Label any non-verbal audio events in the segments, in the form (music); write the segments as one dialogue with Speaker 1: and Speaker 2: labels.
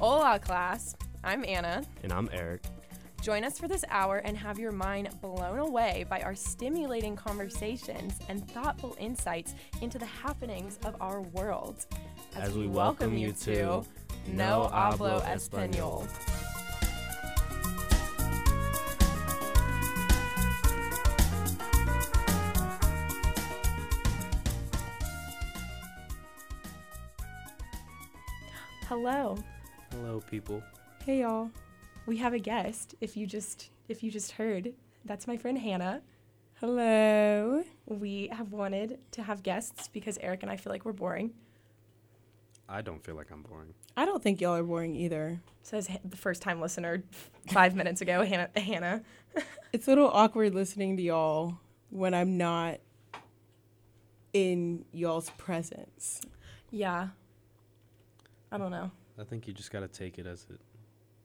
Speaker 1: Hola, class. I'm Anna.
Speaker 2: And I'm Eric.
Speaker 1: Join us for this hour and have your mind blown away by our stimulating conversations and thoughtful insights into the happenings of our world.
Speaker 2: As we welcome you to No Hablo Español.
Speaker 1: Hello.
Speaker 2: Hello, people.
Speaker 1: Hey y'all. We have a guest. If you just if you just heard, that's my friend Hannah.
Speaker 3: Hello.
Speaker 1: We have wanted to have guests because Eric and I feel like we're boring.
Speaker 2: I don't feel like I'm boring.
Speaker 3: I don't think y'all are boring either.
Speaker 1: Says h- the first time listener (laughs) 5 minutes ago, Hannah Hannah.
Speaker 3: It's a little awkward listening to y'all when I'm not in y'all's presence.
Speaker 1: Yeah. I don't know.
Speaker 2: I think you just got to take it as it.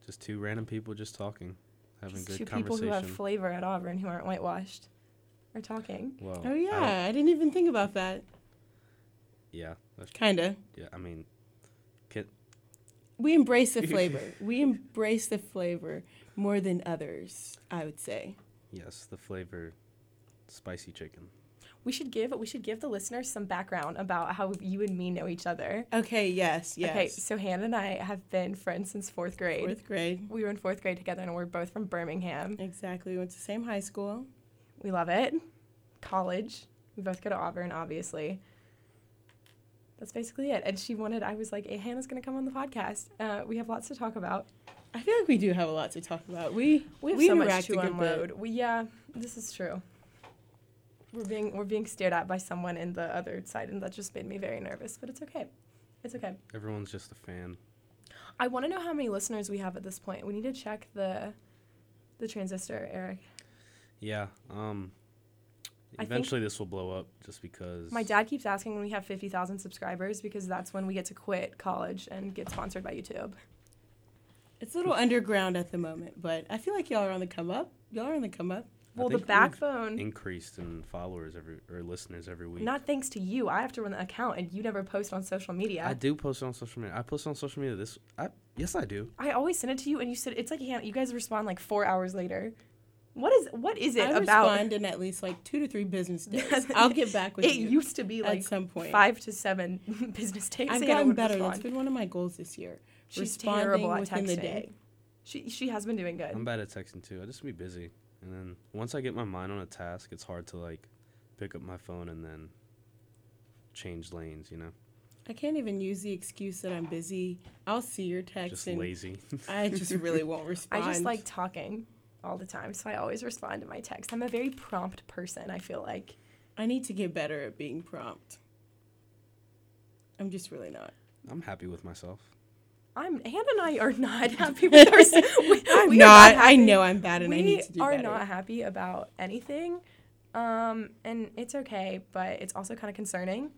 Speaker 2: Just two random people just talking, having
Speaker 1: Just
Speaker 2: good
Speaker 1: two people
Speaker 2: conversation.
Speaker 1: who have flavor at Auburn who aren't whitewashed are talking.
Speaker 2: well,
Speaker 3: Oh
Speaker 2: I don't-
Speaker 3: yeah, I didn't even think about that.
Speaker 2: yeah. That's,
Speaker 3: Kinda.
Speaker 2: yeah. I mean,
Speaker 3: We embrace (laughs) the flavor. we embrace the flavor more than others, I would say.
Speaker 2: yes, the flavor, spicy chicken.
Speaker 1: We should give we should give the listeners some background about how you and me know each other.
Speaker 3: Okay, yes, yes.
Speaker 1: Okay, so Hannah and I have been friends since fourth grade.
Speaker 3: Fourth grade.
Speaker 1: We were in fourth grade together and we're both from Birmingham.
Speaker 3: Exactly. We went to the same high school.
Speaker 1: We love it. College. We both go to Auburn, obviously. That's basically it. And she wanted, I was like, hey, Hannah's going to come on the podcast. Uh, we have lots to talk about.
Speaker 3: I feel like we do have a lot to talk about. We
Speaker 1: We have so much
Speaker 3: interact a
Speaker 1: to
Speaker 3: good bit.
Speaker 1: unload. We, yeah, this is true. We're being, we're being stared at by someone in the other side, and that just made me very nervous, but it's okay. It's okay.
Speaker 2: Everyone's just a fan.
Speaker 1: I want to know how many listeners we have at this point. We need to check the the transistor, Eric.
Speaker 2: Yeah. Um.
Speaker 1: I think-
Speaker 2: Eventually, this will blow up just because.
Speaker 1: My dad keeps asking when we have 50,000 subscribers because that's when we get to quit college and get sponsored by YouTube.
Speaker 3: It's a (laughs) little underground at the moment, but I feel like y'all are on the come up. Y'all are on the come up.
Speaker 2: I
Speaker 1: Well, the
Speaker 2: think we've
Speaker 1: backbone,
Speaker 2: increased in followers every or listeners every week.
Speaker 1: not thanks to you, I have to run the account and you never post on social
Speaker 2: I
Speaker 1: media.
Speaker 2: do post it on social media. I post on social media. This. I yes, I do.
Speaker 1: I, always send it to you and you said it's like Hannah, you guys respond like four hours later. What is what is it
Speaker 3: I
Speaker 1: about?
Speaker 3: respond in at least like two to three (laughs) business days. I'll get back with
Speaker 1: it
Speaker 3: you
Speaker 1: used to be
Speaker 3: at
Speaker 1: like
Speaker 3: some point.
Speaker 1: five to seven (laughs) business days.
Speaker 3: I've
Speaker 1: Hannah
Speaker 3: gotten
Speaker 1: would
Speaker 3: better. That's
Speaker 1: respond.
Speaker 3: been one of my goals this year.
Speaker 1: She's
Speaker 3: responding
Speaker 1: terrible at
Speaker 3: within the
Speaker 1: texting.
Speaker 3: day.
Speaker 1: She she has been doing good.
Speaker 2: I'm bad at texting too. I just be busy, and then once I get my mind on a task, it's hard to like pick up my phone and then change lanes. You know,
Speaker 3: I can't even use the excuse that I'm busy. I'll see your text
Speaker 2: just
Speaker 3: and
Speaker 2: lazy. (laughs)
Speaker 3: I just
Speaker 1: (laughs)
Speaker 3: really won't
Speaker 1: I
Speaker 3: respond.
Speaker 1: just like talking all the time, so I always respond to my text. I'm a very prompt person, I feel like.
Speaker 3: I need to get better at being prompt. I'm just really not.
Speaker 2: I'm happy with myself.
Speaker 1: I'm Hannah and I are not (laughs) happy with
Speaker 3: (laughs)
Speaker 1: ourselves. We,
Speaker 3: I'm
Speaker 1: we are
Speaker 3: not. I
Speaker 1: happy.
Speaker 3: know I'm bad and
Speaker 1: we
Speaker 3: I need to do
Speaker 1: are
Speaker 3: better.
Speaker 1: not happy about anything. Um, and it's okay, but it's also kind of concerning.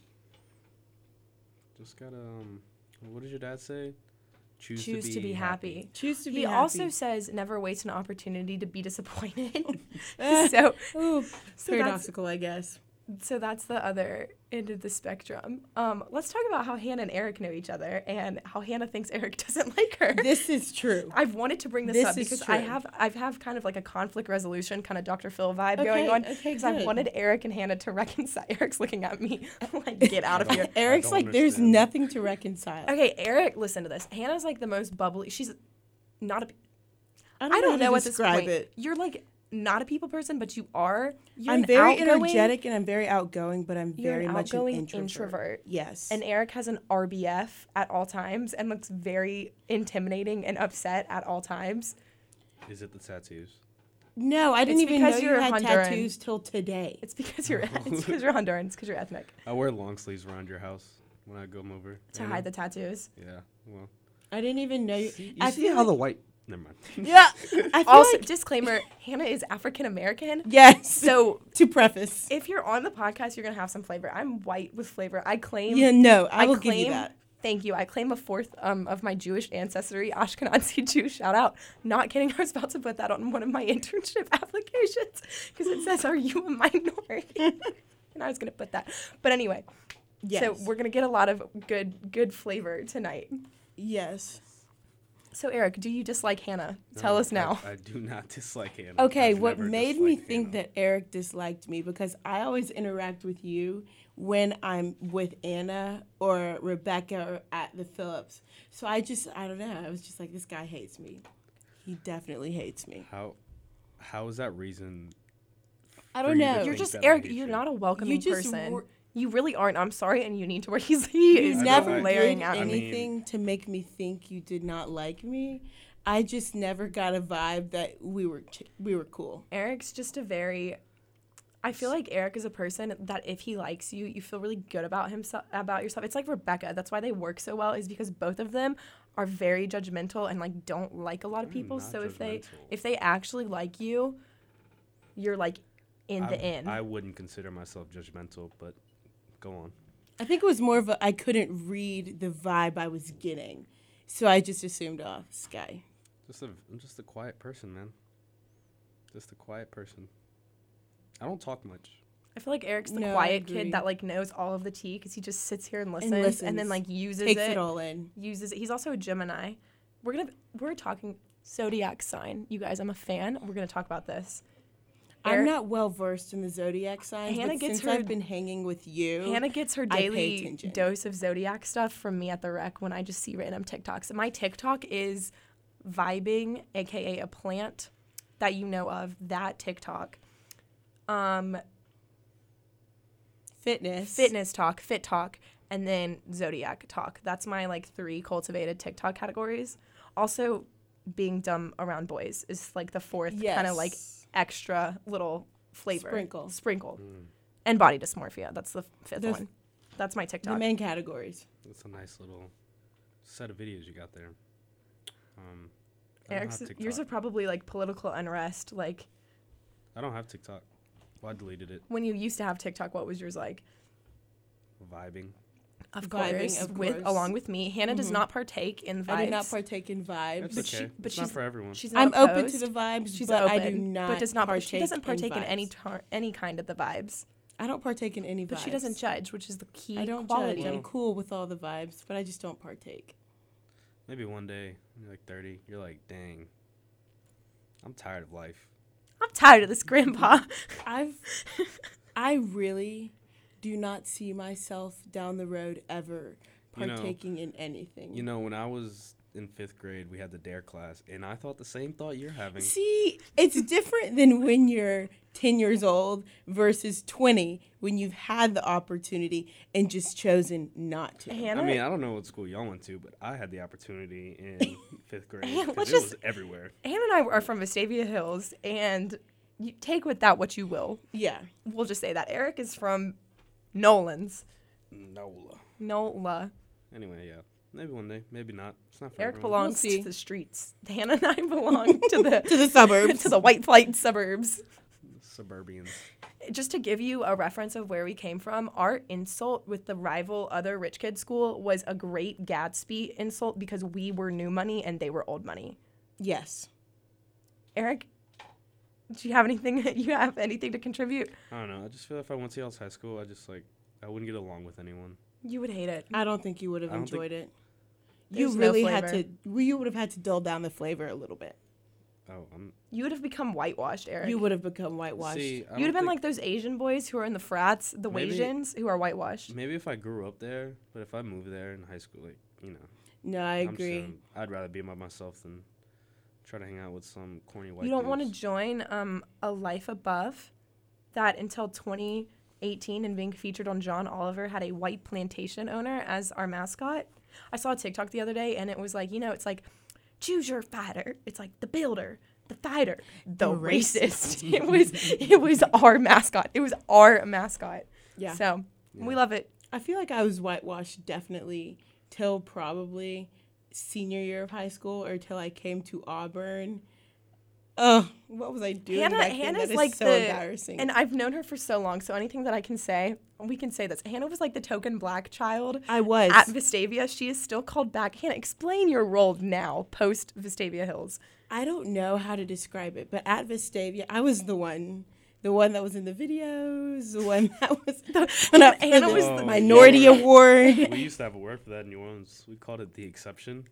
Speaker 2: Just gotta. Um, what did your dad say? Choose,
Speaker 1: Choose to be, happy.
Speaker 3: Choose to be
Speaker 1: He
Speaker 3: happy. (laughs)
Speaker 1: also says never waste an opportunity to be disappointed. (laughs) so,
Speaker 3: Ooh,
Speaker 1: so that's
Speaker 3: paradoxical, I guess.
Speaker 1: so that's the other end of the spectrum. Um, let's talk about how Hannah and Eric know each other and how Hannah thinks Eric (laughs) doesn't like her.
Speaker 3: This
Speaker 1: (laughs)
Speaker 3: is true.
Speaker 1: I've wanted to bring this,
Speaker 3: This
Speaker 1: up
Speaker 3: is
Speaker 1: because I
Speaker 3: true.
Speaker 1: have I've have kind of like a conflict resolution kind of Dr. Phil vibe
Speaker 3: Okay,
Speaker 1: going on
Speaker 3: okay,
Speaker 1: because I
Speaker 3: good.
Speaker 1: wanted Eric and Hannah to (laughs) reconcile. Eric's looking at me (laughs) like get out
Speaker 3: (laughs)
Speaker 1: of here.
Speaker 3: Eric's
Speaker 2: don't
Speaker 3: like, there's
Speaker 2: understand.
Speaker 3: nothing to reconcile.
Speaker 1: Okay, Eric, listen to this. Hannah's like the most bubbly. She's not a.
Speaker 3: I
Speaker 1: I don't
Speaker 3: how
Speaker 1: know
Speaker 3: to
Speaker 1: what this
Speaker 3: describe
Speaker 1: point.
Speaker 3: it.
Speaker 1: You're like not a people person, but you are. You're
Speaker 3: I'm
Speaker 1: an
Speaker 3: very
Speaker 1: outgoing-
Speaker 3: energetic and I'm very outgoing, but I'm
Speaker 1: You're
Speaker 3: very
Speaker 1: an
Speaker 3: much an
Speaker 1: outgoing
Speaker 3: introvert.
Speaker 1: introvert.
Speaker 3: Yes.
Speaker 1: And Eric has an RBF at all times and looks very intimidating and upset at all times.
Speaker 2: Is it the tattoos?
Speaker 3: no, I didn't
Speaker 1: It's
Speaker 3: even know
Speaker 1: because
Speaker 3: you
Speaker 1: you're
Speaker 3: had
Speaker 1: Honduran.
Speaker 3: tattoos till today.
Speaker 1: It's because
Speaker 3: (laughs)
Speaker 1: you're it's because you're Honduran. It's because you're ethnic
Speaker 2: I wear long sleeves around your house when I come over.
Speaker 1: to hide the tattoos.
Speaker 2: Yeah. Well.
Speaker 3: I didn't even know you.
Speaker 2: You
Speaker 3: I
Speaker 2: see
Speaker 3: feel
Speaker 2: how the
Speaker 3: like-
Speaker 2: white. Never mind.
Speaker 3: (laughs) yeah. (laughs) I feel
Speaker 1: Also,
Speaker 3: like,
Speaker 1: disclaimer: Hannah is African
Speaker 3: (laughs)
Speaker 1: American,
Speaker 3: yes.
Speaker 1: so
Speaker 3: to preface,
Speaker 1: if you're on the podcast, you're gonna have some flavor. I'm white with flavor. I claim.
Speaker 3: yeah, no, I, will
Speaker 1: claim,
Speaker 3: give you that.
Speaker 1: Thank you. I claim a fourth um, of my Jewish ancestry, (laughs) Ashkenazi Jew. Shout out. Not kidding. I was about to put (laughs) that on one of my internship applications because it says, "Are you a minority?" (laughs) and I was gonna put that. But anyway,
Speaker 3: Yes.
Speaker 1: so we're gonna get a lot of good good flavor tonight.
Speaker 3: yes.
Speaker 1: So Eric, do you dislike Hannah? (laughs)
Speaker 2: No,
Speaker 1: Tell us
Speaker 2: I-
Speaker 1: now.
Speaker 2: I, do not (laughs) dislike Hannah.
Speaker 3: Okay,
Speaker 2: I've
Speaker 3: what
Speaker 2: never
Speaker 3: made me
Speaker 2: disliked
Speaker 3: think
Speaker 2: Hannah.
Speaker 3: that Eric disliked me because I always interact with you when I'm with Anna or Rebecca or at the Phillips. So I just I don't know. I was just like this guy hates me. He definitely hates me.
Speaker 2: How, how is that reason?
Speaker 3: I
Speaker 2: For
Speaker 3: don't
Speaker 2: you to
Speaker 3: know.
Speaker 1: You're
Speaker 2: think
Speaker 1: just
Speaker 2: that I
Speaker 1: Eric.
Speaker 2: hate
Speaker 1: You're
Speaker 2: you.
Speaker 1: not a welcoming
Speaker 3: just
Speaker 1: person.
Speaker 3: wor-
Speaker 1: you really aren't. I'm sorry, and you need to work. (laughs) He's he
Speaker 3: You
Speaker 1: is
Speaker 2: I
Speaker 3: never
Speaker 2: don't-
Speaker 1: glaring
Speaker 3: did
Speaker 1: at
Speaker 2: I
Speaker 1: me.
Speaker 2: mean-
Speaker 3: anything to make me think you did not like me. I just never got a vibe that we were ch- we were cool.
Speaker 1: Eric's just a very. I feel like Eric is a person that if he likes you, you feel really good about himself about yourself. It's like Rebecca. That's why they work so well is because both of them are very judgmental and like don't like a lot of
Speaker 2: I'm
Speaker 1: people.
Speaker 2: Mm, not
Speaker 1: So if they
Speaker 2: judgmental.
Speaker 1: if they actually like you, you're like in
Speaker 2: I,
Speaker 1: the end.
Speaker 2: I wouldn't consider myself judgmental, but go on.
Speaker 3: I think it was more of a I couldn't read the vibe I was getting, so I just assumed, oh, this guy.
Speaker 2: Just a, I'm just a quiet person, man. Just a quiet person. I don't talk much.
Speaker 1: I feel like Eric's the
Speaker 3: No, I
Speaker 1: quiet
Speaker 3: agree.
Speaker 1: kid that like knows all of the tea because he just sits here and listens and, then
Speaker 3: listens.
Speaker 1: like uses
Speaker 3: Takes it all in.
Speaker 1: uses it. He's also a Gemini. We're gonna we're talking zodiac sign, you guys. I'm a fan. We're gonna talk about this.
Speaker 3: I'm
Speaker 1: Eric-
Speaker 3: not well versed in the zodiac signs,
Speaker 1: Hannah
Speaker 3: but
Speaker 1: gets
Speaker 3: since
Speaker 1: her-
Speaker 3: I've been hanging with you,
Speaker 1: Hannah gets her
Speaker 3: I pay
Speaker 1: daily
Speaker 3: attention.
Speaker 1: dose of zodiac stuff from me at the rec when I just see random TikToks. And my TikTok is vibing, aka a plant that you know of. That TikTok, um,
Speaker 3: fitness,
Speaker 1: fitness talk, fit talk, and then zodiac talk. That's my like three cultivated TikTok categories. Also, being dumb around boys is like the fourth kind of like
Speaker 3: Yes.
Speaker 1: extra little flavor
Speaker 3: Sprinkle.
Speaker 1: sprinkle,
Speaker 2: Mm,
Speaker 1: and body dysmorphia. That's the fifth
Speaker 3: The-
Speaker 1: one. That's my
Speaker 3: the
Speaker 1: TikTok.
Speaker 3: main categories.
Speaker 2: That's a nice little set of videos you got there. Um, I don't,
Speaker 1: Eric's
Speaker 2: have TikTok.
Speaker 1: yours are probably like political unrest. Like
Speaker 2: I don't have TikTok. Well, I deleted it.
Speaker 1: when you used to have TikTok, what was yours like?
Speaker 2: Vibing.
Speaker 1: Of
Speaker 3: Vibing,
Speaker 1: course,
Speaker 3: of
Speaker 1: with
Speaker 3: course. Mm-hmm.
Speaker 1: along with me, Hannah does not partake in vibes.
Speaker 3: I do not partake in vibes.
Speaker 1: Uh,
Speaker 2: That's
Speaker 1: But
Speaker 2: okay.
Speaker 1: she- but
Speaker 2: it's not
Speaker 1: she's-
Speaker 2: for everyone.
Speaker 1: She's not
Speaker 3: I'm open to
Speaker 1: opposed.
Speaker 3: the vibes,
Speaker 1: She's
Speaker 3: but
Speaker 1: open,
Speaker 3: I do not.
Speaker 1: but does not.
Speaker 3: Partake
Speaker 1: she doesn't partake in,
Speaker 3: vibes.
Speaker 1: any tar- any kind of the vibes.
Speaker 3: I don't partake in any.
Speaker 1: But she
Speaker 3: vibes.
Speaker 1: doesn't judge, which is the key
Speaker 3: I don't
Speaker 1: quality.
Speaker 3: judge. I'm cool with all the vibes, but I just don't partake.
Speaker 2: Maybe one day, when you're like 30, you're like, dang, I'm tired of life.
Speaker 1: I'm tired of this, Grandpa.
Speaker 3: I've (laughs) I really do not see myself down the road ever
Speaker 2: You know-
Speaker 3: partaking in anything.
Speaker 2: You know, when I was in fifth grade, we had the DARE class, and I thought the same thought you're having.
Speaker 3: See, it's different than when you're 10 years old versus 20 when you've had the opportunity and just chosen not
Speaker 1: (laughs)
Speaker 3: to.
Speaker 1: Hannah,
Speaker 2: I mean, I don't know what school y'all went to, but I had the opportunity in fifth grade.
Speaker 1: Yeah,
Speaker 2: 'cause
Speaker 1: let's
Speaker 2: it
Speaker 1: just-
Speaker 2: was everywhere.
Speaker 1: Hannah and I are from Vestavia Hills, and you take with that what you will.
Speaker 3: Yeah.
Speaker 1: We'll just say that Eric is from Nolan's.
Speaker 2: No.
Speaker 1: Nola.
Speaker 2: Anyway, yeah. Maybe one day. Maybe not. It's not for
Speaker 1: Eric
Speaker 2: everyone.
Speaker 1: belongs
Speaker 3: see.
Speaker 1: to the streets. (laughs) Hannah and I belong to the
Speaker 3: (laughs) To the
Speaker 1: (laughs)
Speaker 3: suburbs.
Speaker 1: to the white flight suburbs.
Speaker 2: Suburbians.
Speaker 1: Just to give you a reference of where we came from, our insult with the rival other rich kid school was a great Gatsby insult because we were new money and they were old money.
Speaker 3: yes.
Speaker 1: Eric, do you have anything (laughs) you have anything to contribute?
Speaker 2: I don't know. I just feel if I went to y'all's high school, I just like I wouldn't get along with anyone.
Speaker 1: You would hate it.
Speaker 3: I don't think you would have
Speaker 2: I don't think-
Speaker 3: enjoyed it. You
Speaker 1: There's no
Speaker 3: really had
Speaker 1: flavor.
Speaker 3: to well, you would have had to dull down the flavor a little bit.
Speaker 2: Oh, I'm.
Speaker 1: You would have become whitewashed, Eric.
Speaker 3: You would have become whitewashed.
Speaker 1: You
Speaker 2: See, I
Speaker 1: would have
Speaker 2: don't
Speaker 1: been
Speaker 2: think-
Speaker 1: like those Asian boys who are in the frats, the
Speaker 2: Maybe-
Speaker 1: Wasians who are whitewashed.
Speaker 2: Maybe if I grew up there, but if I moved there in high school, like you know,
Speaker 3: no, I
Speaker 2: I'm just
Speaker 3: agree.
Speaker 2: saying, I'd rather be by myself than try to hang out with some corny white.
Speaker 1: You don't want to
Speaker 2: dudes.
Speaker 1: join um, a life above that until 2018 and being featured on John Oliver had a white plantation owner as our mascot. I saw a TikTok the other day and it was like, you know, it's like choose your fighter. It's like the builder, the fighter, the
Speaker 3: The
Speaker 1: racist. (laughs) it was it was our mascot. It was our mascot.
Speaker 3: Yeah.
Speaker 1: So, we love it.
Speaker 3: I feel like I was whitewashed definitely till probably senior year of high school or till I came to Auburn. Ugh, what was I doing?
Speaker 1: Hannah,
Speaker 3: back then?
Speaker 1: Hannah's
Speaker 3: That is
Speaker 1: like
Speaker 3: so
Speaker 1: the,
Speaker 3: embarrassing.
Speaker 1: and I've known her for so long. So anything that I can say, we can say this. Hannah was like the token black child
Speaker 3: I was.
Speaker 1: at Vestavia. She is still called back. Hannah, explain your role now, post Vestavia Hills.
Speaker 3: I don't know how to describe it, but at Vestavia, I was the one the one that was in the videos, the one (laughs) that was
Speaker 1: and
Speaker 3: when I-
Speaker 1: Anna
Speaker 3: the
Speaker 1: was
Speaker 2: the-
Speaker 3: minority
Speaker 2: Oh, yeah.
Speaker 3: award.
Speaker 1: (laughs)
Speaker 2: we used to have a word for that in New Orleans. We called it the exception.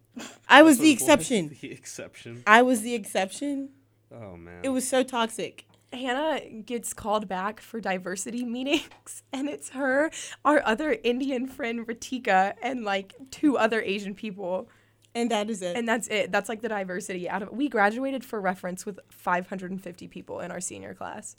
Speaker 3: I
Speaker 2: (laughs)
Speaker 3: was
Speaker 2: That's
Speaker 3: the
Speaker 2: what it
Speaker 3: exception.
Speaker 2: The exception.
Speaker 3: I was the exception.
Speaker 2: Oh man.
Speaker 3: It was so toxic.
Speaker 1: Hannah gets called back for diversity meetings, (laughs) and it's her, our other Indian friend Ratika, and like two other Asian people,
Speaker 3: And that is it.
Speaker 1: and that's it. That's like the diversity out of it. We graduated for reference with 550 people in our senior class.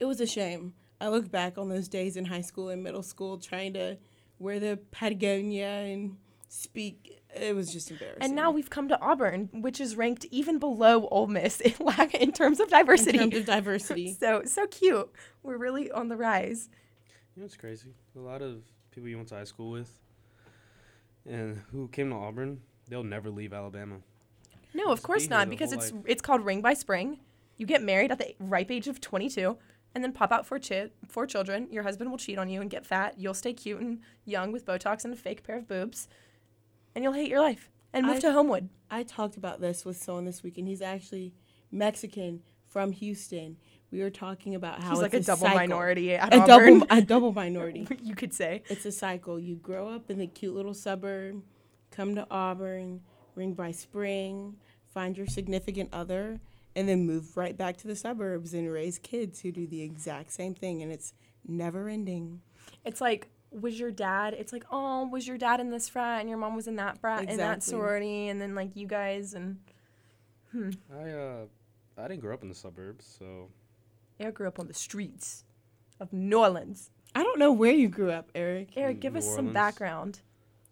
Speaker 3: it was a shame. I look back on those days in high school and middle school trying to wear the Patagonia and speak. It was just embarrassing.
Speaker 1: And now we've come to Auburn, which is ranked even below Ole Miss (laughs) in, lack, in terms of
Speaker 3: in
Speaker 1: diversity.
Speaker 3: terms of diversity,
Speaker 1: so so cute. We're really on the rise.
Speaker 2: You know, it's crazy. A lot of people you went to high school with, and who came to Auburn, they'll never leave Alabama.
Speaker 1: No, of
Speaker 2: Just
Speaker 1: course
Speaker 2: be here
Speaker 1: not,
Speaker 2: the
Speaker 1: because
Speaker 2: whole
Speaker 1: it's it's called Ring by Spring. You get married at the ripe age of 22, and then pop out for chi- four children. Your husband will cheat on you and get fat. You'll stay cute and young with Botox and a fake pair of boobs, and you'll hate your life and move
Speaker 3: I-
Speaker 1: to Homewood.
Speaker 3: I talked about this with someone this week, and he's actually Mexican from Houston. We were talking about how
Speaker 1: He's
Speaker 3: it's
Speaker 1: like a double
Speaker 3: cycle.
Speaker 1: minority at
Speaker 3: a
Speaker 1: Auburn.
Speaker 3: double a double minority.
Speaker 1: (laughs) you could say.
Speaker 3: It's a cycle. You grow up in the cute little suburb, come to Auburn, ring by spring, find your significant other, and then move right back to the suburbs and raise kids who do the exact same thing. And it's never ending.
Speaker 1: It's like, was your dad? It's like, oh, was your dad in this frat and your mom was in that frat and that
Speaker 3: Exactly.
Speaker 1: sorority, and then like you guys and
Speaker 2: I uh, I didn't grow up in the suburbs, so
Speaker 1: I grew up on the streets of New Orleans.
Speaker 3: I don't know where you grew up, Eric.
Speaker 1: Eric,
Speaker 2: Mm,
Speaker 1: give
Speaker 2: New
Speaker 1: us some
Speaker 2: Orleans.
Speaker 1: background.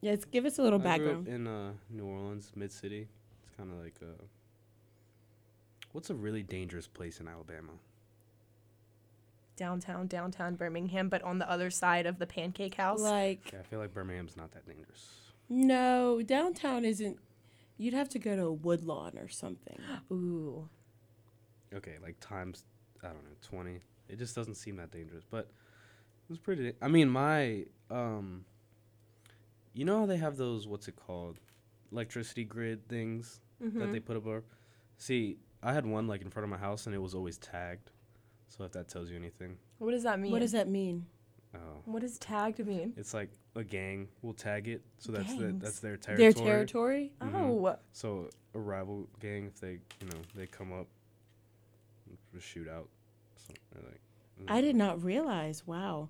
Speaker 3: Yes, give us a little
Speaker 2: I grew up
Speaker 3: background.
Speaker 2: in uh, New Orleans, mid city. It's kind of like uh, what's a really dangerous place in Alabama?
Speaker 1: downtown, downtown Birmingham, but on the other side of the pancake house.
Speaker 3: Like,
Speaker 2: Yeah, I feel like Birmingham's not that dangerous.
Speaker 3: no, downtown isn't. You'd have to go to a woodlawn or something.
Speaker 1: Ooh.
Speaker 2: Okay, like times I don't know twenty. It just doesn't seem that dangerous, but it was pretty. I mean, my um, you know how they have those what's it called, electricity grid things.
Speaker 1: Mm-hmm.
Speaker 2: that they put above. See, I had one like in front of my house, and it was always tagged. So if that tells you anything,
Speaker 1: What does that mean?
Speaker 3: What does that mean?
Speaker 2: oh,
Speaker 1: what does tagged mean?
Speaker 2: it's like a gang will tag it. So that's the,
Speaker 1: Gangs.
Speaker 2: that's their territory.
Speaker 3: Their territory?
Speaker 2: Mhm.
Speaker 1: Oh,
Speaker 2: So a rival gang, if they you know they come up, just shoot out. So, they're like,
Speaker 3: I
Speaker 2: mm.
Speaker 3: did not realize. Wow,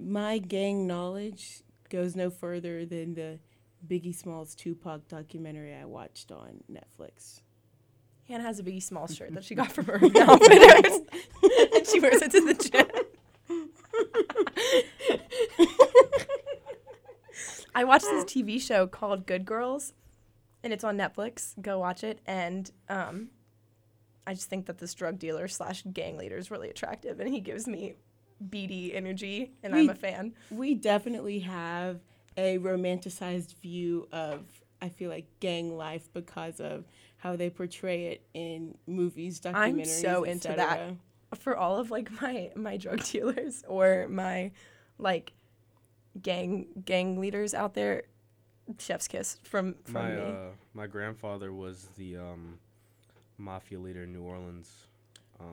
Speaker 3: my gang knowledge goes no further than the Biggie Smalls Tupac documentary I watched on Netflix.
Speaker 1: Hannah has a Biggie Small shirt that she got from her (laughs) outfitters, and she wears it to the gym. I watched this TV show called Good Girls, and it's on Netflix. Go watch it. And um, I just think that this drug dealer slash gang leader is really attractive, and he gives me BD energy, and I'm
Speaker 3: We-
Speaker 1: a fan.
Speaker 3: We definitely have a romanticized view of I feel like gang life because of how they portray it in movies, documentaries.
Speaker 1: I'm so
Speaker 3: et
Speaker 1: into that.
Speaker 3: cetera.
Speaker 1: for all of like (laughs) my my drug dealers or my like gang gang leaders out there chef's kiss from from
Speaker 2: my
Speaker 1: me
Speaker 2: uh, my grandfather was the um, mafia leader in New Orleans. Uh,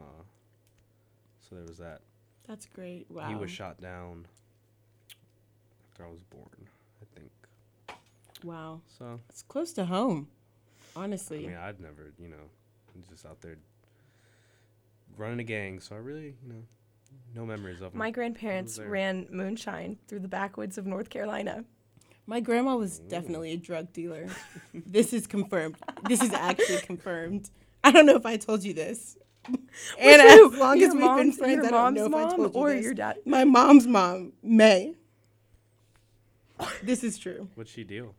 Speaker 2: so there was that.
Speaker 3: That's great. Wow.
Speaker 2: He was shot down after I was born, I think.
Speaker 3: wow.
Speaker 2: So
Speaker 3: It's close to home.
Speaker 2: I
Speaker 3: Honestly.
Speaker 2: mean, I'd never, you know, I'm just out there running a gang. So I really, you know, no memories of him.
Speaker 1: my grandparents
Speaker 2: there.
Speaker 1: ran moonshine through the backwoods of north carolina
Speaker 3: My grandma was definitely a drug dealer. (laughs) this is confirmed. This is actually confirmed. I don't know if I told you this. And
Speaker 1: Who?
Speaker 3: as long
Speaker 1: Your
Speaker 3: as we've been
Speaker 1: mom's-
Speaker 3: friends,
Speaker 1: your
Speaker 3: I don't know if
Speaker 1: mom's
Speaker 3: I told you
Speaker 1: or
Speaker 3: this.
Speaker 1: your dad
Speaker 3: My mom's mom, May. this is true.
Speaker 2: What'd she deal?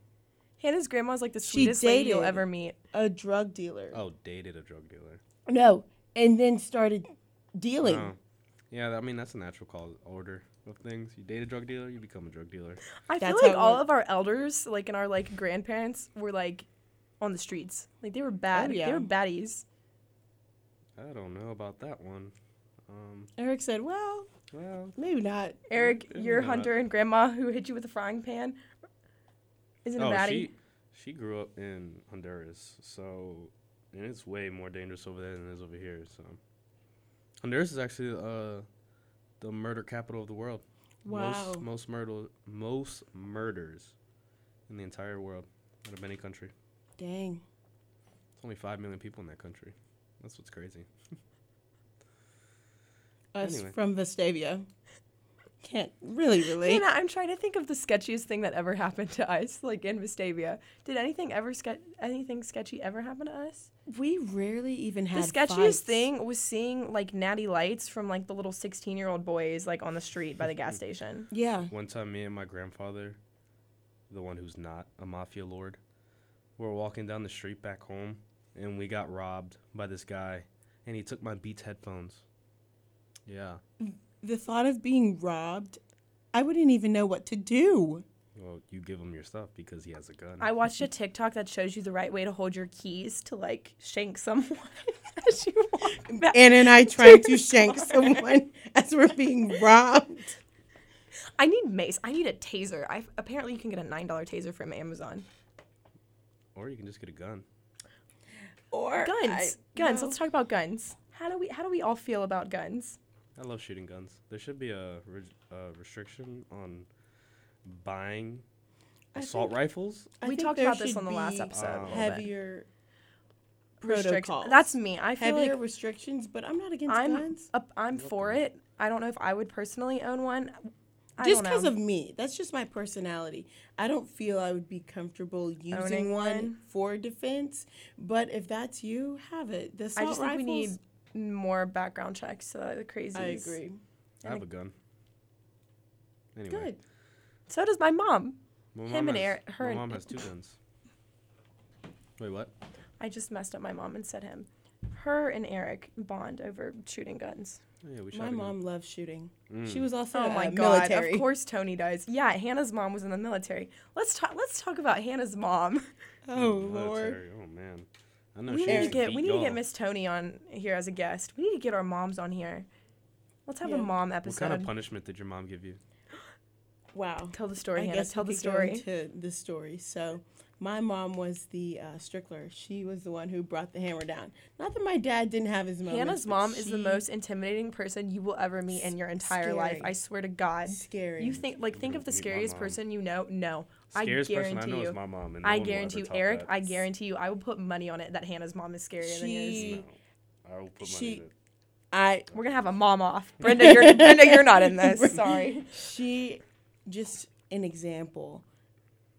Speaker 1: hannah's grandma's like the
Speaker 3: She
Speaker 1: sweetest lady you'll
Speaker 3: dated.
Speaker 1: ever meet
Speaker 3: A drug dealer.
Speaker 2: Oh, dated a drug dealer.
Speaker 3: No, and then started dealing.
Speaker 2: Oh. Yeah, I mean, that's a natural call order of things. You date a drug dealer, you become a drug dealer.
Speaker 1: i feel
Speaker 3: That's
Speaker 1: like
Speaker 3: how it
Speaker 1: all
Speaker 3: works.
Speaker 1: of our elders like and our like grandparents were like on the streets like they were bad
Speaker 3: Oh, yeah.
Speaker 1: they were baddies
Speaker 2: I don't know about that one. Um,
Speaker 3: Eric said, "Well,
Speaker 2: well,
Speaker 3: maybe not."
Speaker 1: eric
Speaker 2: Yeah,
Speaker 1: your
Speaker 2: no, I-
Speaker 1: hunter and grandma who hit you with a frying pan isn't a
Speaker 2: oh,
Speaker 1: baddie
Speaker 2: she, she grew up in Honduras, so and it's way more dangerous over there than it is over here. So Honduras is actually uh, the murder capital of the world.
Speaker 3: Wow.
Speaker 2: Most most murder most murders in the entire world out of any country.
Speaker 3: Dang.
Speaker 2: It's only five million people in that country. That's what's crazy.
Speaker 3: Us
Speaker 2: Anyway.
Speaker 3: from Vestavia. Can't really relate.
Speaker 1: Hannah, I'm trying to think of the sketchiest thing that ever (laughs) happened to us, like in Vestavia. Did anything ever ske- anything sketchy ever happen to us?
Speaker 3: We rarely even had
Speaker 1: the sketchiest
Speaker 3: fights.
Speaker 1: thing was seeing like natty lights from like the little 16 year old boys like on the street by the
Speaker 2: (laughs)
Speaker 1: gas station.
Speaker 3: Yeah.
Speaker 2: One time, me and my grandfather, the one who's not a mafia lord, were walking down the street back home, and we got robbed by this guy, and he took my Beats headphones. Yeah.
Speaker 3: The thought of being robbed, I wouldn't even know what to do.
Speaker 2: Well, you give him your stuff because he has a gun.
Speaker 1: I watched a TikTok that shows you the right way to hold your keys to like shank someone (laughs) as you walk back.
Speaker 3: Anna and I (laughs) tried to shank someone as we're being robbed.
Speaker 1: I need mace. I need a taser. I apparently you can get a nine dollar taser from Amazon.
Speaker 2: or you can just get a gun.
Speaker 3: Or
Speaker 1: Guns,
Speaker 3: I-
Speaker 1: guns.
Speaker 3: no.
Speaker 1: Let's talk about guns. How do we how do we all feel about guns?
Speaker 2: I love shooting guns. There should be a, re- uh restriction on buying
Speaker 3: I
Speaker 2: assault rifles.
Speaker 3: I
Speaker 1: we
Speaker 3: think
Speaker 1: talked
Speaker 3: there
Speaker 1: about this
Speaker 3: should
Speaker 1: on the last
Speaker 3: be
Speaker 1: episode. a little bit.
Speaker 3: Heavier
Speaker 1: Restrict-
Speaker 3: protocols.
Speaker 1: That's me. I feel
Speaker 3: heavier
Speaker 1: like
Speaker 3: restrictions, but I'm not against
Speaker 1: I'm
Speaker 3: guns.
Speaker 1: up, I'm for it. I don't know if I would personally own one. I
Speaker 3: Just
Speaker 1: because
Speaker 3: because of me, that's just my personality. I don't feel I would be comfortable using
Speaker 1: Owning
Speaker 3: one,
Speaker 1: one?
Speaker 3: for defense. But if that's you, have it. The
Speaker 1: I
Speaker 3: assault
Speaker 1: just think we need
Speaker 3: rifles-
Speaker 1: more background checks so that the crazies.
Speaker 3: I agree.
Speaker 2: I have a gun. Anyway,
Speaker 3: Good.
Speaker 1: So does my mom.
Speaker 2: My
Speaker 1: Him
Speaker 2: mom
Speaker 1: and
Speaker 2: has-
Speaker 1: Eric- her
Speaker 2: My
Speaker 1: and-
Speaker 2: mom has two guns. Wait, what?
Speaker 1: I just messed up my mom and said him. Her and Eric bond over shooting guns.
Speaker 2: Oh, yeah, we shot
Speaker 3: My
Speaker 2: a gun.
Speaker 3: mom loves shooting.
Speaker 2: Mm.
Speaker 3: She was also
Speaker 1: Oh my
Speaker 3: uh,
Speaker 1: god!
Speaker 3: military. (laughs)
Speaker 1: Of course Tony does. Yeah, Hannah's mom was in the military. Let's talk. Let's talk about Hannah's mom.
Speaker 3: Oh lord.
Speaker 2: Military, Oh man, I know
Speaker 1: we
Speaker 2: she
Speaker 1: need to
Speaker 2: used
Speaker 1: get we
Speaker 2: beat
Speaker 1: need to
Speaker 2: y'all.
Speaker 1: get Miss Tony on here as a guest. We need to get our moms on here. Let's have
Speaker 3: Yeah.
Speaker 1: a mom
Speaker 2: What
Speaker 1: episode.
Speaker 2: kind of punishment did your mom give you?
Speaker 3: Wow.
Speaker 1: tell the story, Hannah.
Speaker 3: guess
Speaker 1: Tell
Speaker 3: we
Speaker 1: the
Speaker 3: could go
Speaker 1: story.
Speaker 3: into the story. So, my mom was the uh, strickler. She was the one who brought the hammer down. Not that my dad didn't have his moments.
Speaker 1: Hannah's
Speaker 3: but
Speaker 1: mom is the
Speaker 3: she-
Speaker 1: most intimidating person you will ever meet in your entire life.
Speaker 3: Scary.
Speaker 1: I swear to God.
Speaker 3: scary.
Speaker 1: You think like think of the
Speaker 2: Meet my
Speaker 1: scariest
Speaker 2: mom.
Speaker 1: person you know? No,
Speaker 2: Scariest
Speaker 1: I
Speaker 2: person
Speaker 1: guarantee
Speaker 2: I know
Speaker 1: you.
Speaker 2: is my mom. And no
Speaker 1: I
Speaker 2: one will ever
Speaker 1: guarantee you,
Speaker 2: top
Speaker 1: Eric.
Speaker 2: that.
Speaker 1: I guarantee you. I will put money on it that Hannah's mom is scarier than yours.
Speaker 3: She-
Speaker 2: No, I will put money
Speaker 3: she-
Speaker 2: in it.
Speaker 3: I
Speaker 1: We're gonna have a mom
Speaker 3: (laughs)
Speaker 1: off. Brenda, you're Brenda, you're not in this. Sorry.
Speaker 3: she just an example.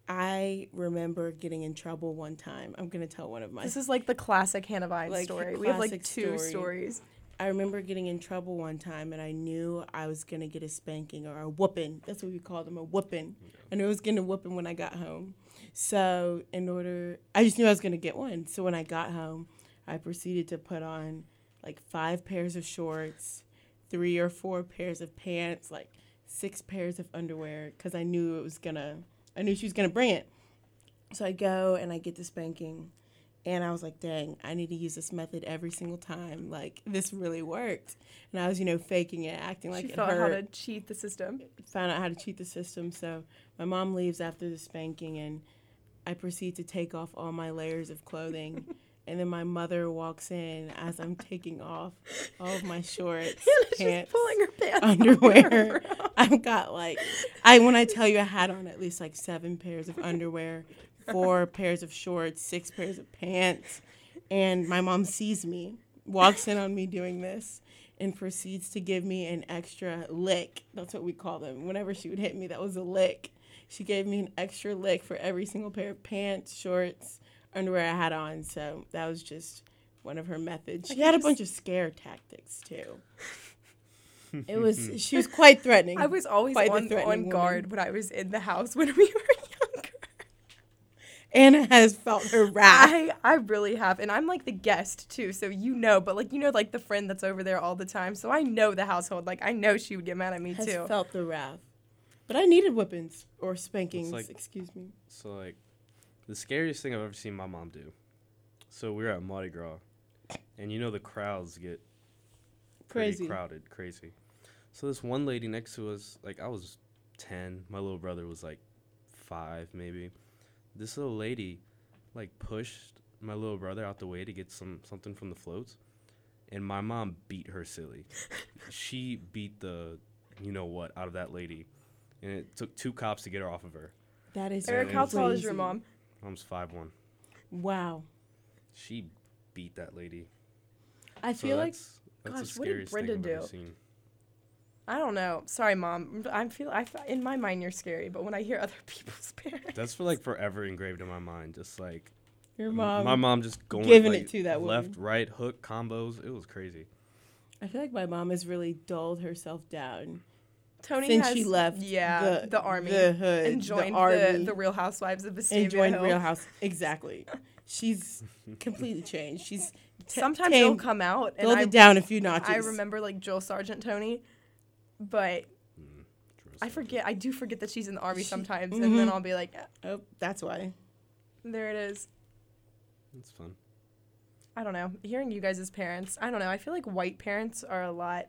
Speaker 3: I remember getting in trouble one time. I'm gonna tell one of my
Speaker 1: This is like the classic Hannah Vine
Speaker 3: Like,
Speaker 1: story. We have like
Speaker 3: classic
Speaker 1: two
Speaker 3: story.
Speaker 1: stories.
Speaker 3: I remember getting in trouble one time, and I knew I was gonna get a spanking or a whooping. That's what we called them, a whooping. I knew I was getting a whooping when I got home. So in order, I just knew I was gonna get one. So when I got home, I proceeded to put on like five pairs of shorts, three or four pairs of pants, like six pairs of underwear, because I knew it was gonna. I knew she was gonna bring it. So I go and I get the spanking. And I was like, dang, I need to use this method every single time. Like, this really worked. And I was, you know, faking it, acting like
Speaker 1: she
Speaker 3: it
Speaker 1: felt
Speaker 3: hurt
Speaker 1: how to cheat the
Speaker 3: (laughs)
Speaker 1: system. (laughs)
Speaker 3: found out how to cheat the system. So my mom leaves after the spanking, and I proceed to take off all my layers of clothing. and then my mother walks in as I'm taking off all of my shorts,
Speaker 1: Hannah's just
Speaker 3: pants,
Speaker 1: pulling her (laughs) pants. off her
Speaker 3: underwear.
Speaker 1: bra.
Speaker 3: I've got like, I when I tell you I had on at least like seven pairs of underwear, four pairs of shorts, six pairs of pants, and my mom sees me, walks in on me doing this, and proceeds to give me an extra lick. That's what we call them. Whenever she would hit me, that was a lick. She gave me an extra lick for every single pair of pants, shorts, underwear I had on. So that was just one of her methods. She had a bunch of scare tactics too. It
Speaker 2: Mm-hmm.
Speaker 3: was she was quite
Speaker 1: (laughs)
Speaker 3: threatening.
Speaker 1: I was always
Speaker 3: Quite the
Speaker 1: on,
Speaker 3: threatening
Speaker 1: on
Speaker 3: woman.
Speaker 1: guard when I was in the house when we (laughs) were younger.
Speaker 3: Anna has felt her wrath.
Speaker 1: (laughs) I, I really have. And I'm like the guest too, so you know, but like you know like the friend that's over there all the time. So I know the household. Like I know she would get mad at me
Speaker 3: has
Speaker 1: too.
Speaker 3: felt the wrath. But I needed whippings or spankings.
Speaker 2: like-
Speaker 3: excuse me.
Speaker 2: So like, the scariest thing I've ever seen my mom do. So we were at Mardi Gras, and you know the crowds get pretty
Speaker 3: Crazy.
Speaker 2: crowded, crazy. So this one lady next to us, like I was ten, my little brother was like five maybe. This little lady, like pushed my little brother out the way to get some something from the floats, and my mom beat
Speaker 1: (laughs)
Speaker 2: her silly. she beat the, you know what, out of that lady, and it took two cops to get her off of her.
Speaker 3: That is
Speaker 1: Eric, how tall is your
Speaker 3: crazy.
Speaker 1: mom?
Speaker 2: Mom's five one.
Speaker 3: Wow.
Speaker 2: She beat that lady.
Speaker 3: I
Speaker 2: So
Speaker 3: feel like
Speaker 2: that's, that's
Speaker 1: gosh,
Speaker 2: the
Speaker 1: what did
Speaker 2: scariest thing
Speaker 1: Brenda
Speaker 2: I've ever
Speaker 1: do?
Speaker 2: seen.
Speaker 1: I don't know. Sorry, mom. I feel I fe- in my mind you're scary, but when I hear other (laughs) people's parents,
Speaker 2: That's for like forever engraved in my mind. Just like
Speaker 3: your
Speaker 2: m-
Speaker 3: mom.
Speaker 2: my mom just going
Speaker 3: giving
Speaker 2: like,
Speaker 3: it to that
Speaker 2: left,
Speaker 3: woman.
Speaker 2: right hook combos. It was crazy.
Speaker 3: I feel like my mom has really dulled herself down
Speaker 1: Tony
Speaker 3: since
Speaker 1: has,
Speaker 3: she left.
Speaker 1: Yeah,
Speaker 3: the,
Speaker 1: the, army
Speaker 3: the hood,
Speaker 1: and joined
Speaker 3: the army,
Speaker 1: the, Real Housewives of Vestavia
Speaker 3: and joined
Speaker 1: (laughs) Hill.
Speaker 3: Real House. Exactly.
Speaker 2: (laughs)
Speaker 3: She's completely changed. She's t-
Speaker 1: Sometimes
Speaker 3: came,
Speaker 1: they'll come out, and
Speaker 3: dulled
Speaker 1: I,
Speaker 3: it down a few notches.
Speaker 1: I remember like Jill Sergeant Tony, but
Speaker 2: Hmm, Drew
Speaker 1: I
Speaker 2: Sargent.
Speaker 1: forget. I do forget that she's in the army
Speaker 3: She-
Speaker 1: sometimes, and then
Speaker 3: mhm.
Speaker 1: I'll be like, "Ah,
Speaker 3: Oh, that's why.
Speaker 1: there it is.
Speaker 2: It's fun.
Speaker 1: I don't know. Hearing you guys as parents, I don't know. I feel like white parents are a lot.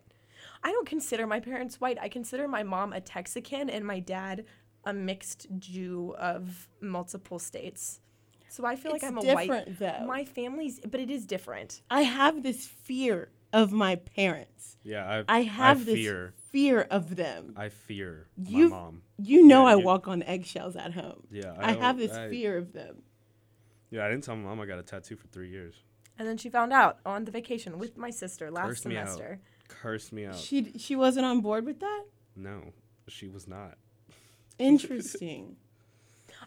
Speaker 1: I don't consider my parents white. I consider my mom a Texican and my dad a mixed Jew of multiple states. So I feel
Speaker 3: It's
Speaker 1: like I'm a white.
Speaker 3: different though.
Speaker 1: My family's, but it is different.
Speaker 3: I have this fear of my parents.
Speaker 2: Yeah, I
Speaker 3: I have this
Speaker 2: fear.
Speaker 3: fear of them.
Speaker 2: I fear my
Speaker 3: You've-
Speaker 2: mom.
Speaker 3: You know
Speaker 2: Yeah,
Speaker 3: I
Speaker 2: you-
Speaker 3: walk on eggshells at home.
Speaker 2: Yeah,
Speaker 3: I,
Speaker 2: don't-
Speaker 3: have this
Speaker 2: I-
Speaker 3: fear of them.
Speaker 2: Yeah, I didn't tell my mom I got a tattoo for three years.
Speaker 1: And then she found out on the vacation with my sister last
Speaker 2: Cursed me out.
Speaker 1: semester.
Speaker 2: Cursed me out.
Speaker 3: She she wasn't on board with that.
Speaker 2: no, she was not.
Speaker 3: Interesting.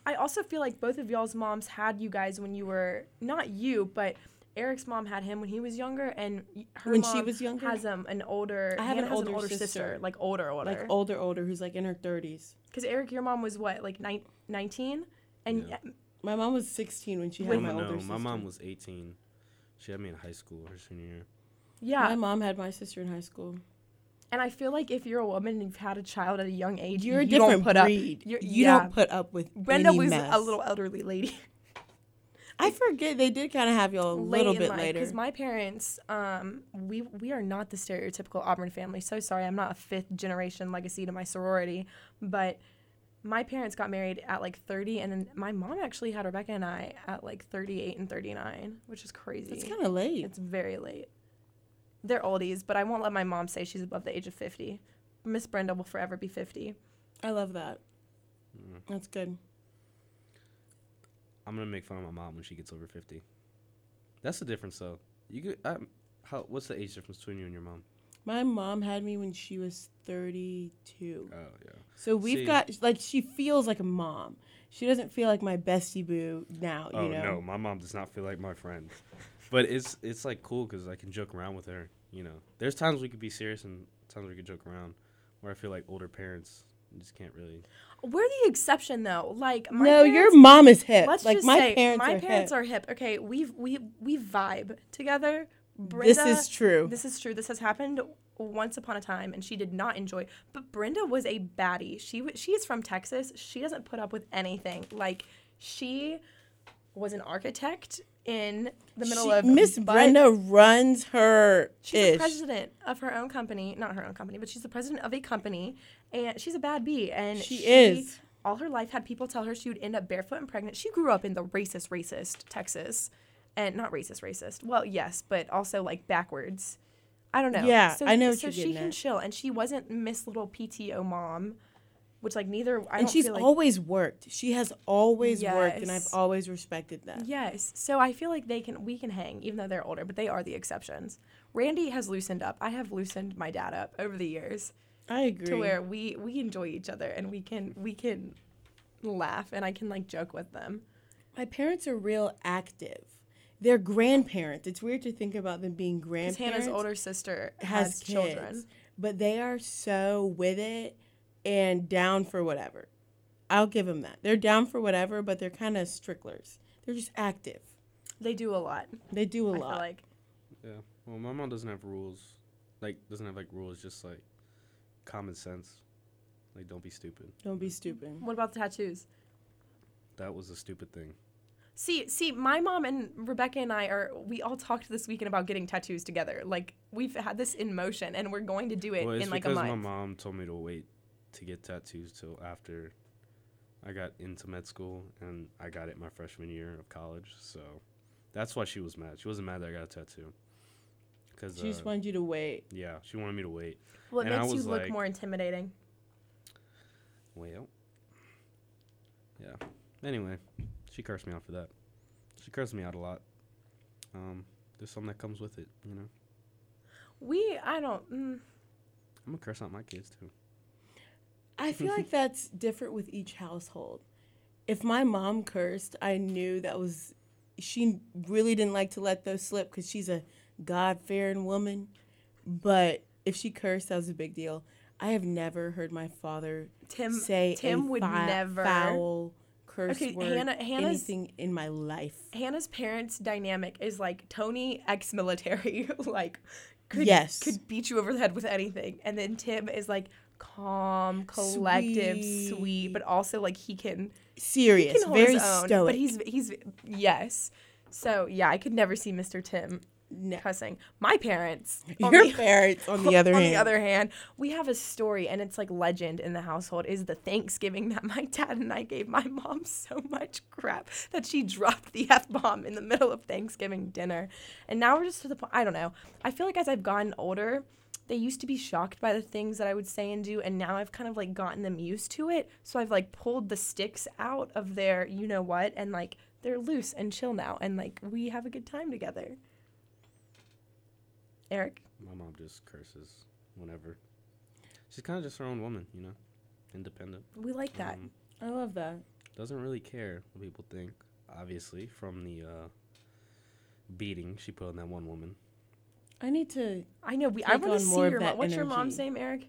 Speaker 1: I also feel like both of y'all's moms had you guys when you were not you, but Eric's mom had him when he was younger, and y- her
Speaker 3: When she
Speaker 1: mom
Speaker 3: was younger?
Speaker 1: has um, an older.
Speaker 3: I have
Speaker 1: Hannah
Speaker 3: an
Speaker 1: has
Speaker 3: older sister.
Speaker 1: like older, older.
Speaker 3: like older, older, who's like in her thirties.
Speaker 1: Because Eric, your mom was what, like nine- 19? And
Speaker 2: Yeah.
Speaker 1: y-
Speaker 3: My mom was sixteen when she
Speaker 1: With-
Speaker 3: had my
Speaker 2: no,
Speaker 3: older sister.
Speaker 2: my mom was 18. She had me in high school her senior year.
Speaker 1: yeah,
Speaker 3: My mom had my sister in high school.
Speaker 1: and I feel like if you're a woman and you've had a child at a young age,
Speaker 3: You're a
Speaker 1: you don't
Speaker 3: different
Speaker 1: put
Speaker 3: breed.
Speaker 1: up. You're,
Speaker 3: you
Speaker 1: yeah.
Speaker 3: don't put up with
Speaker 1: Brenda
Speaker 3: any
Speaker 1: was
Speaker 3: mess.
Speaker 1: a little elderly lady.
Speaker 3: I forget they did kind of have y'all a little bit later.
Speaker 1: Because my parents, um, we we are not the stereotypical Auburn family. So sorry, I'm not a fifth generation legacy to my sorority, but my parents got married at like 30, and then my mom actually had Rebecca and I at like 38 and 39, which is crazy.
Speaker 3: It's kind of late.
Speaker 1: It's very late. They're oldies, but I won't let my mom say she's above the age of 50. Miss Brenda will forever be 50.
Speaker 3: I love that.
Speaker 2: Mm.
Speaker 3: That's good.
Speaker 2: I'm gonna make fun of my mom when she gets over 50. That's the difference, though. You could, i how? What's the age difference between you and your mom?
Speaker 3: My mom had me when she was 32.
Speaker 2: Oh yeah.
Speaker 3: So we've
Speaker 2: See-
Speaker 3: got like she feels like a mom. She doesn't feel like my bestie boo now.
Speaker 2: Oh
Speaker 3: you know.
Speaker 2: no, my mom does not feel like my friend. but it's it's like cool because I can joke around with her. You know, there's times we could be serious and times we could joke around. Where I feel like older parents just can't really.
Speaker 1: We're the exception though. Like my
Speaker 3: no,
Speaker 1: parents,
Speaker 3: your mom is hip.
Speaker 1: Let's
Speaker 3: Eh, like
Speaker 1: just
Speaker 3: my
Speaker 1: say
Speaker 3: parents
Speaker 1: my
Speaker 3: are
Speaker 1: parents
Speaker 3: hip.
Speaker 1: are hip. Okay, we we we vibe together.
Speaker 3: this
Speaker 1: Brenda,
Speaker 3: is true.
Speaker 1: This is true. This has happened once upon a time, and she did not enjoy. But Brenda was a baddie. She wa- she is from Texas. She doesn't put up with anything. Like she was an architect in the middle
Speaker 3: She-
Speaker 1: of
Speaker 3: Miss
Speaker 1: but-
Speaker 3: Brenda runs her
Speaker 1: She's the
Speaker 3: ish.
Speaker 1: president of her own company, not her own company, but she's the president of a company, and she's a bad bee. And
Speaker 3: She is.
Speaker 1: All her life had people tell her she would end up barefoot and pregnant. She grew up in the racist, racist Texas, and not racist, racist. Well, yes, but also like backwards. I don't know.
Speaker 3: Yeah, I know what
Speaker 1: So
Speaker 3: you're
Speaker 1: she
Speaker 3: getting
Speaker 1: can
Speaker 3: at.
Speaker 1: chill, and she wasn't Miss Little PTO mom, which like neither. I
Speaker 3: and
Speaker 1: don't
Speaker 3: she's
Speaker 1: feel like,
Speaker 3: always worked. She has always worked, and I've
Speaker 1: Yes.
Speaker 3: always respected that.
Speaker 1: Yes. So I feel like they can we can hang, even though they're older, but they are the exceptions. Randy has loosened up. I have loosened my dad up over the years
Speaker 3: I agree.
Speaker 1: to where we we enjoy each other and we can we can laugh and I can like joke with them.
Speaker 3: My parents are real active. They're grandparents. It's weird to think about them being
Speaker 1: Because
Speaker 3: grandparents.
Speaker 1: Hannah's older sister
Speaker 3: has,
Speaker 1: has,
Speaker 3: kids,
Speaker 1: children.
Speaker 3: but they are so with it and down for whatever. I'll give them that. They're down for whatever, but they're kind of stricklers. They're just active.
Speaker 1: They do a lot.
Speaker 3: They do a
Speaker 1: I
Speaker 3: lot.
Speaker 1: feel like
Speaker 2: Yeah. Well, my mom doesn't have rules. Like doesn't have like rules. Just like common sense. Like don't be stupid.
Speaker 3: Don't be stupid.
Speaker 1: what about the tattoos?
Speaker 2: That was a stupid thing.
Speaker 1: See, see, my mom and Rebecca and I are we all talked this weekend about getting tattoos together. Like we've had this in motion and we're going to do it
Speaker 2: well, it's
Speaker 1: in like a
Speaker 2: because
Speaker 1: month.
Speaker 2: my mom told me to wait to get tattoos till after I got into med school, and I got it my freshman year of college. So that's why she was mad. She wasn't mad that I got a tattoo. because
Speaker 3: She just
Speaker 2: uh,
Speaker 3: wanted you to wait.
Speaker 2: yeah, she wanted me to wait.
Speaker 1: Well, it
Speaker 2: And I
Speaker 1: makes you
Speaker 2: was
Speaker 1: look
Speaker 2: like-
Speaker 1: more intimidating.
Speaker 2: Well, yeah. Anyway, she cursed me out for that. She cursed me out a lot. Um, there's something that comes with it, you know.
Speaker 1: We, I don't. Mm,
Speaker 2: I'm gonna curse out my kids too.
Speaker 3: I feel like that's different with each household. If my mom cursed, I knew that was she really didn't like to let those slip because she's a God fearing woman. But if she cursed, that was a big deal. I have never heard my father
Speaker 1: Tim,
Speaker 3: say
Speaker 1: Tim
Speaker 3: a
Speaker 1: would
Speaker 3: fi-
Speaker 1: never.
Speaker 3: foul curse
Speaker 1: Okay,
Speaker 3: word
Speaker 1: Hannah- Hannah's-
Speaker 3: anything in my life.
Speaker 1: Hannah's parents' dynamic is like Tony, ex-military, (laughs) like could
Speaker 3: Yes.
Speaker 1: could beat you over the head with anything, and then Tim is like calm, collective, sweet,
Speaker 3: Sweet.
Speaker 1: but also like he can he
Speaker 3: Serious,
Speaker 1: can hold
Speaker 3: very
Speaker 1: his own.
Speaker 3: stoic.
Speaker 1: But he's he's yes. So yeah, I could never see Mr. Tim
Speaker 3: No.
Speaker 1: cussing. My parents. on
Speaker 3: your
Speaker 1: the-
Speaker 3: (laughs) parents on the other
Speaker 1: (laughs) on
Speaker 3: hand.
Speaker 1: the other hand, we have a story, and it's like legend in the household is the Thanksgiving that my (laughs) dad and I gave my mom so much crap that she dropped the f bomb in the middle of Thanksgiving dinner, and now we're just to the point. I don't know. I feel like as I've gotten older, they used to be shocked by the things that I would say and do, and now I've kind of like gotten them used to it. So I've like pulled the sticks out of their you know what, and like they're loose and chill now, and like we have a good time together. Eric.
Speaker 2: My mom just curses whenever. She's kind of just her own woman, you know, independent.
Speaker 1: We like that.
Speaker 2: Um,
Speaker 3: I love that.
Speaker 2: doesn't really care what people think. Obviously, from the uh, beating she put on that one woman,
Speaker 3: I need to.
Speaker 1: I know. We, I want
Speaker 3: take
Speaker 1: to
Speaker 3: on
Speaker 1: see
Speaker 3: more of
Speaker 1: your mom.
Speaker 3: that
Speaker 1: What's your mom's
Speaker 3: energy.
Speaker 1: name, Eric?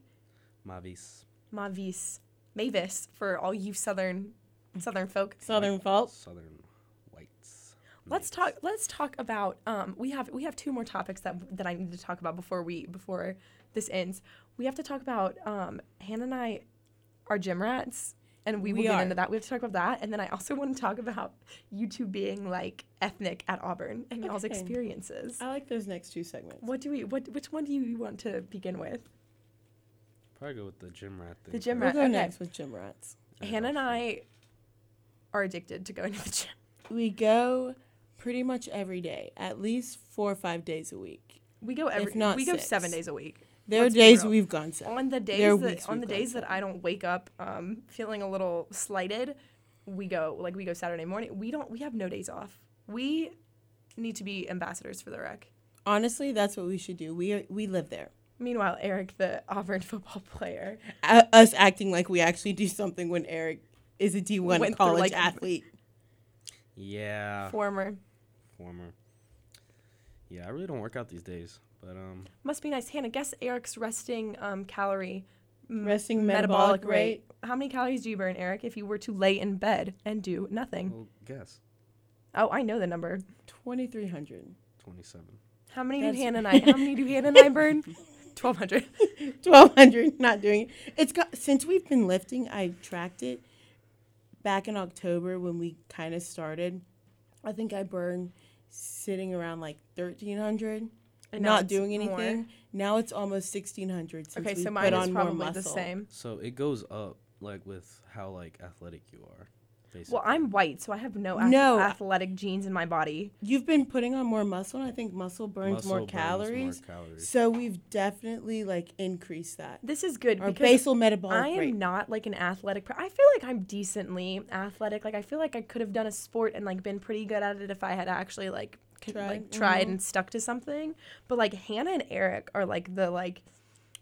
Speaker 2: Mavis
Speaker 1: Mavis. Mavis for all you southern southern folk.
Speaker 3: Southern fault.
Speaker 2: Southern Whites.
Speaker 1: Oh. Let's
Speaker 2: Knights.
Speaker 1: talk let's talk about um we have we have two more topics that that I need to talk about before we before this ends. We have to talk about um Hannah and I are gym rats and we,
Speaker 3: We
Speaker 1: will get
Speaker 3: are.
Speaker 1: into that. We have to talk about that and then I also (laughs) want to talk about you two being like ethnic at Auburn and y'all's
Speaker 3: Okay.
Speaker 1: experiences.
Speaker 3: I like those next two segments.
Speaker 1: Uh, What do we what which one do you want to begin with?
Speaker 2: Probably go with the gym rat thing.
Speaker 1: The gym
Speaker 3: We'll
Speaker 1: rat.
Speaker 2: first.
Speaker 3: go
Speaker 1: Okay.
Speaker 3: next with gym rats.
Speaker 1: Hannah and
Speaker 2: actually,
Speaker 1: I are addicted to going to the gym. (laughs)
Speaker 3: We go pretty much every day, at least four or five days a week.
Speaker 1: We go every
Speaker 3: If not
Speaker 1: we go
Speaker 3: six.
Speaker 1: seven days a week.
Speaker 3: There
Speaker 1: Let's
Speaker 3: are
Speaker 1: be
Speaker 3: days
Speaker 1: real.
Speaker 3: we've gone seven.
Speaker 1: On the
Speaker 3: There are
Speaker 1: days that
Speaker 3: weeks
Speaker 1: on the
Speaker 3: we've
Speaker 1: days
Speaker 3: gone
Speaker 1: that I don't wake up um, feeling a little slighted, we go like we go Saturday morning. We don't we have no days off. We need to be ambassadors for the rec.
Speaker 3: Honestly, that's what we should do. We are, we live there.
Speaker 1: Meanwhile, Eric, the Auburn (laughs) football player,
Speaker 3: A- us acting like we actually do something when Eric is a D one
Speaker 1: Went through,
Speaker 3: college
Speaker 1: like,
Speaker 3: athlete. Ah.
Speaker 2: Yeah.
Speaker 1: former,
Speaker 2: Former. Yeah, I really don't work out these days, but um,
Speaker 1: must be nice. Hannah, guess Eric's resting um, calorie m-
Speaker 3: Resting metabolic, rate.
Speaker 1: How many calories do you burn, Eric, if you were to lay in bed and do nothing?
Speaker 2: well, guess
Speaker 1: Oh, I know the number.
Speaker 3: twenty three hundred.
Speaker 1: (laughs)
Speaker 2: twenty-seven.
Speaker 1: How many do
Speaker 3: That's-
Speaker 1: Hannah
Speaker 3: (laughs)
Speaker 1: and I? How many do Hannah and I burn? Twelve hundred.
Speaker 3: Twelve hundred. Not doing it. It's got since we've been lifting. I tracked it back in October when we kind of started. I think I burned sitting around like thirteen hundred. not doing anything. Now it's almost sixteen hundred. Since
Speaker 1: Okay,
Speaker 3: we
Speaker 1: so
Speaker 3: put
Speaker 1: mine
Speaker 3: on
Speaker 1: is
Speaker 3: more
Speaker 1: probably the
Speaker 3: muscle.
Speaker 1: same.
Speaker 2: So it goes up like with how like athletic you are. Basically.
Speaker 1: Well, I'm white, so I have no, ath-
Speaker 3: No.
Speaker 1: athletic genes in my body.
Speaker 3: You've been putting on more muscle, and I think muscle burns
Speaker 2: Muscle
Speaker 3: more
Speaker 2: burns
Speaker 3: calories.
Speaker 2: More calories.
Speaker 3: So we've definitely like increased that.
Speaker 1: This is good
Speaker 3: Our
Speaker 1: because
Speaker 3: basal metabolic
Speaker 1: I am
Speaker 3: rate.
Speaker 1: not like an athletic. Per- I feel like I'm decently athletic. Like I feel like I could have done a sport and like been pretty good at it if I had actually like con-
Speaker 3: Tried,
Speaker 1: like tried
Speaker 3: mhm.
Speaker 1: and stuck to something. But like Hannah and Eric are like the like.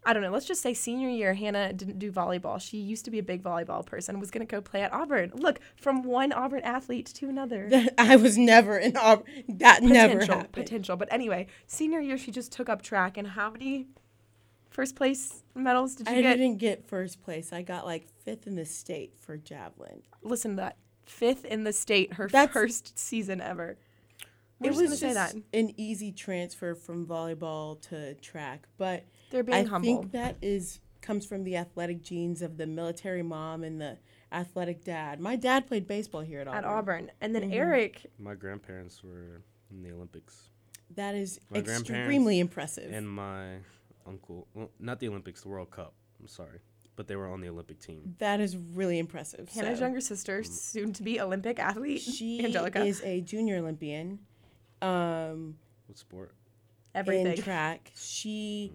Speaker 1: I don't know. Let's just say senior year, Hannah didn't do volleyball. She used to be a big volleyball person. Was gonna go play at Auburn. Look, from one Auburn athlete to another. (laughs)
Speaker 3: (laughs) I was never in op- that never
Speaker 1: potential,
Speaker 3: happened.
Speaker 1: potential. But anyway, senior year she just took up track, and how many first place medals did you
Speaker 3: I
Speaker 1: get?
Speaker 3: didn't get first place. I got like fifth in the state for javelin.
Speaker 1: Listen to that, fifth in the state, her
Speaker 3: That's-
Speaker 1: first season ever. We're
Speaker 3: It
Speaker 1: just
Speaker 3: was
Speaker 1: gonna say that
Speaker 3: an easy transfer from volleyball to track, but
Speaker 1: they're being
Speaker 3: I
Speaker 1: humble.
Speaker 3: think that is comes from the athletic genes of the military mom and the athletic dad. My dad played baseball here at Auburn. Mm-hmm.
Speaker 1: at Auburn, and then Eric,
Speaker 2: My grandparents were in the Olympics,
Speaker 3: That is
Speaker 2: My grandparents
Speaker 3: extremely impressive.
Speaker 2: and my uncle. Well, not the Olympics, the World Cup. I'm sorry, but they were on the Olympic team.
Speaker 3: that is really impressive.
Speaker 1: Hannah's
Speaker 3: So, mm.
Speaker 1: younger sister, soon to be Olympic athlete,
Speaker 3: She
Speaker 1: Angelica.
Speaker 3: is a junior Olympian. Um,
Speaker 2: What sport?
Speaker 1: Everything.
Speaker 3: in track. She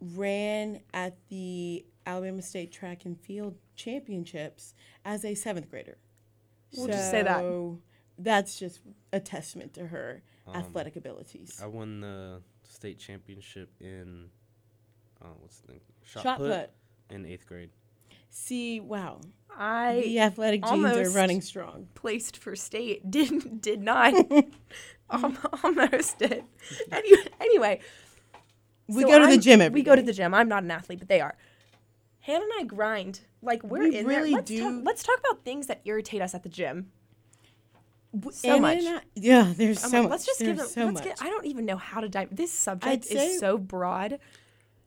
Speaker 3: ran at the Alabama State Track and Field Championships as a seventh grader.
Speaker 1: We'll just say that.
Speaker 3: So That's just a testament to her
Speaker 2: Um,
Speaker 3: athletic abilities.
Speaker 2: I won the state championship in uh, what's the thing? Shot,
Speaker 3: Shot
Speaker 2: put,
Speaker 3: put.
Speaker 2: in eighth grade.
Speaker 3: See, wow.
Speaker 1: I
Speaker 3: the athletic genes
Speaker 1: almost-
Speaker 3: are running strong.
Speaker 1: placed for state (laughs) did did
Speaker 3: (laughs)
Speaker 1: not Al- almost did anyway, anyway
Speaker 3: We
Speaker 1: so
Speaker 3: go to the
Speaker 1: I'm-
Speaker 3: gym every
Speaker 1: we go to
Speaker 3: day.
Speaker 1: the gym i'm not an athlete but they are hannah and i grind like we're
Speaker 3: We
Speaker 1: in
Speaker 3: really
Speaker 1: there let's,
Speaker 3: do.
Speaker 1: Talk, let's talk about things that irritate us at the gym so
Speaker 3: Anna
Speaker 1: much
Speaker 3: and I- yeah, there's
Speaker 1: I'm
Speaker 3: so
Speaker 1: like,
Speaker 3: much.
Speaker 1: let's just give
Speaker 3: there's
Speaker 1: them
Speaker 3: so
Speaker 1: let's
Speaker 3: much.
Speaker 1: get i don't even know how to dive this subject
Speaker 3: say-
Speaker 1: is so broad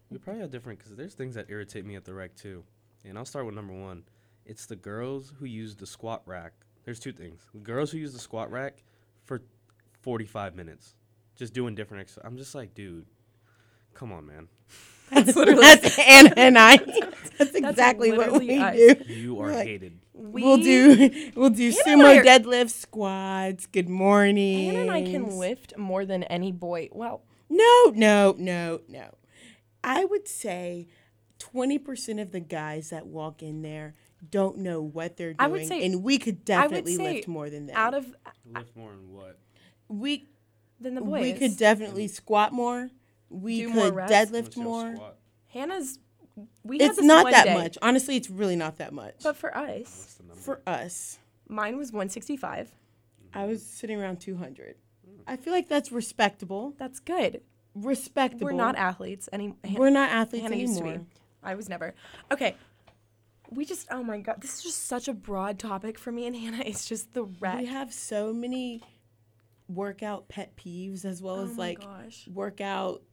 Speaker 2: We probably are different because there's things that irritate me at the rec too. And I'll start with number one. It's the girls who use the squat rack. There's two things. Girls who use the squat rack for 45 minutes, just doing different exercise. I'm just like, dude, come on, man.
Speaker 3: (laughs) (laughs) that's literally that's Anna and I.
Speaker 1: (laughs)
Speaker 3: That's exactly what
Speaker 1: literally
Speaker 3: we
Speaker 1: us.
Speaker 3: do.
Speaker 2: You are
Speaker 3: Right.
Speaker 2: hated.
Speaker 1: we
Speaker 3: We, will do (laughs) we'll do
Speaker 1: Anna and I
Speaker 3: sumo
Speaker 1: are-
Speaker 3: deadlifts, squats. Good morning.
Speaker 1: hannah and i can lift more than any boy well
Speaker 3: No, no, no, no. I would say 20% of the guys that walk in there don't know what they're doing.
Speaker 1: I would say-
Speaker 3: and we could
Speaker 1: I would
Speaker 3: definitely
Speaker 1: say
Speaker 3: lift more than that.
Speaker 1: out of
Speaker 2: Lift more than what?
Speaker 3: we
Speaker 1: than the boys
Speaker 3: we could definitely squat more. We
Speaker 1: Do more
Speaker 3: could
Speaker 1: reps.
Speaker 3: deadlift more.
Speaker 1: Hannah's. We had
Speaker 3: It's
Speaker 1: this
Speaker 3: not
Speaker 1: one
Speaker 3: that
Speaker 1: day,
Speaker 3: much. Honestly, it's really not that much.
Speaker 1: But for us,
Speaker 3: for us,
Speaker 1: mine was 165.
Speaker 3: I was sitting around 200. I feel like that's respectable.
Speaker 1: That's good.
Speaker 3: Respectable.
Speaker 1: We're not athletes any. Hannah,
Speaker 3: We're not athletes
Speaker 1: Hannah used to
Speaker 3: anymore.
Speaker 1: be. I was never. Okay. We just. Oh my God. This is just such a broad topic for me and Hannah. It's just the wreck.
Speaker 3: We have so many workout pet peeves as well
Speaker 1: oh
Speaker 3: as
Speaker 1: my
Speaker 3: like
Speaker 1: gosh.
Speaker 3: workout.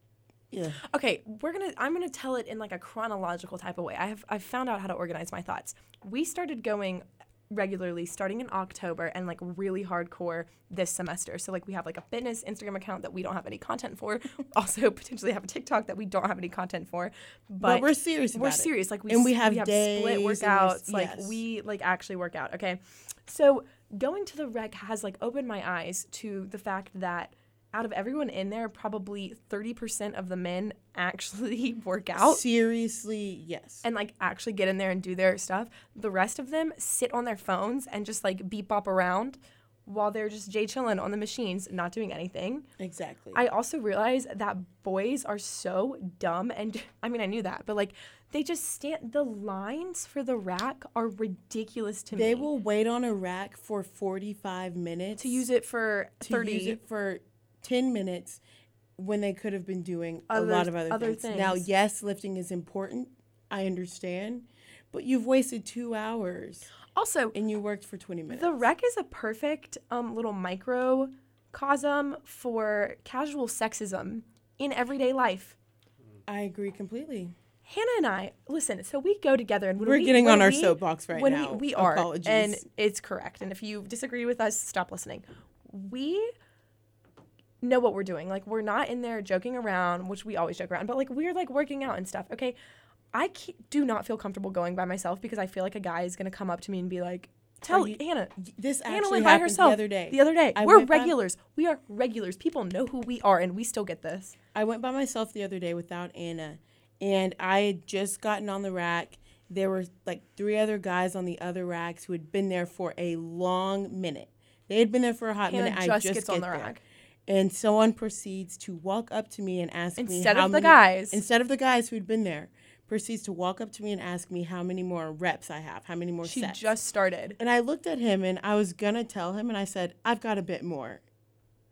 Speaker 3: Yeah.
Speaker 1: Okay, we're gonna. I'm gonna tell it in like a chronological type of way. I have. I've found out how to organize my thoughts. We started going regularly starting in October and like really hardcore this semester. So like we have like a fitness Instagram account that we don't have any content for. (laughs) also potentially have a TikTok that we don't have any content for.
Speaker 3: But,
Speaker 1: But,
Speaker 3: we're serious. About
Speaker 1: we're
Speaker 3: it.
Speaker 1: serious. Like we
Speaker 3: And
Speaker 1: s-
Speaker 3: we have days
Speaker 1: split
Speaker 3: and we're s-
Speaker 1: workouts. Like
Speaker 3: yes.
Speaker 1: we like actually work out. Okay, so going to the rec has like opened my eyes to the fact that out of everyone in there, probably thirty percent of the men (laughs) actually work out
Speaker 3: Seriously, yes.
Speaker 1: and like actually get in there and do their stuff. The rest of them sit on their phones and just like beep bop around while they're just jay chilling on the machines, not doing anything.
Speaker 3: exactly.
Speaker 1: I also realize that boys are so dumb and (laughs) I mean I knew that, but like they just stand the lines for the rack are ridiculous to me.
Speaker 3: they will wait on a rack for 45 minutes
Speaker 1: to use it for
Speaker 3: to
Speaker 1: 30
Speaker 3: use it for 10 minutes when they could have been doing a
Speaker 1: Others-
Speaker 3: lot of other,
Speaker 1: other
Speaker 3: things. Now,
Speaker 1: things.
Speaker 3: yes, lifting is important. I understand. But you've wasted two hours
Speaker 1: Also,
Speaker 3: and you worked for 20 minutes.
Speaker 1: the rec is a perfect um, little microcosm for casual sexism in everyday life.
Speaker 3: I agree completely.
Speaker 1: Hannah and I, listen, so we go together and when
Speaker 3: We're
Speaker 1: we-
Speaker 3: getting
Speaker 1: when
Speaker 3: on our
Speaker 1: we-
Speaker 3: soapbox right
Speaker 1: when
Speaker 3: now.
Speaker 1: We, we are.
Speaker 3: Apologies.
Speaker 1: And it's correct. And if you disagree with us, stop listening. We know what we're doing. Like, we're not in there joking around, which we always joke around, but like, we're like working out and stuff. Okay. I ca- do not feel comfortable going by myself because I feel like a guy is going to come up to me and be like, tell
Speaker 3: you-
Speaker 1: Hannah.
Speaker 3: this
Speaker 1: Hannah
Speaker 3: actually
Speaker 1: went by
Speaker 3: happened
Speaker 1: herself
Speaker 3: the other day.
Speaker 1: The other day.
Speaker 3: I
Speaker 1: we're
Speaker 3: went by-
Speaker 1: regulars. we are regulars. People know who we are, and we still get this.
Speaker 3: I went by myself the other day without Anna, and I had just gotten on the rack. There were like three other guys on the other racks who had been there for a long minute. They had been there for a hot
Speaker 1: Hannah
Speaker 3: minute. I
Speaker 1: just
Speaker 3: just
Speaker 1: gets on
Speaker 3: get
Speaker 1: the
Speaker 3: there.
Speaker 1: rack.
Speaker 3: and someone proceeds to walk up to me and ask me
Speaker 1: Instead
Speaker 3: how
Speaker 1: of the
Speaker 3: many-
Speaker 1: guys.
Speaker 3: instead of the guys who'd been there, proceeds to walk up to me and ask me how many more reps I have, how many more
Speaker 1: She
Speaker 3: sets.
Speaker 1: just started.
Speaker 3: And I looked at him and I was gonna tell him and I said, I've got a bit more.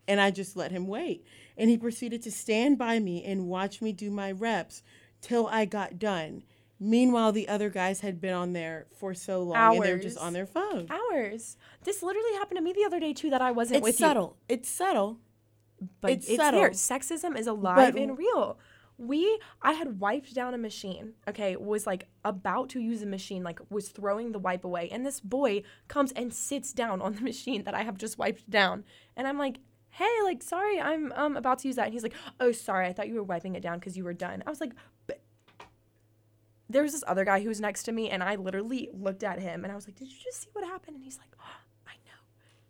Speaker 3: And I just let him wait. And he proceeded to stand by me and watch me do my reps till I got done. Meanwhile, the other guys had been on there for so long and they were just
Speaker 1: Hours.
Speaker 3: on their phone.
Speaker 1: Hours. This literally happened to me the other day too that I wasn't
Speaker 3: It's
Speaker 1: with you.
Speaker 3: subtle. It's subtle.
Speaker 1: but
Speaker 3: It's
Speaker 1: it's,
Speaker 3: subtle.
Speaker 1: there. Sexism is alive
Speaker 3: But-
Speaker 1: and real. We, I had wiped down a machine. Okay, was like about to use a machine, like was throwing the wipe away, and this boy comes and sits down on the (laughs) machine that I have just wiped down, and I'm like, "Hey, like, sorry, I'm um about to use that," and he's like, "Oh, sorry, I thought you were wiping it down because you were done." I was like, but there was this other guy who was next to me, and I literally looked at him, and I was like, "Did you just see what happened?" And he's like, "I know."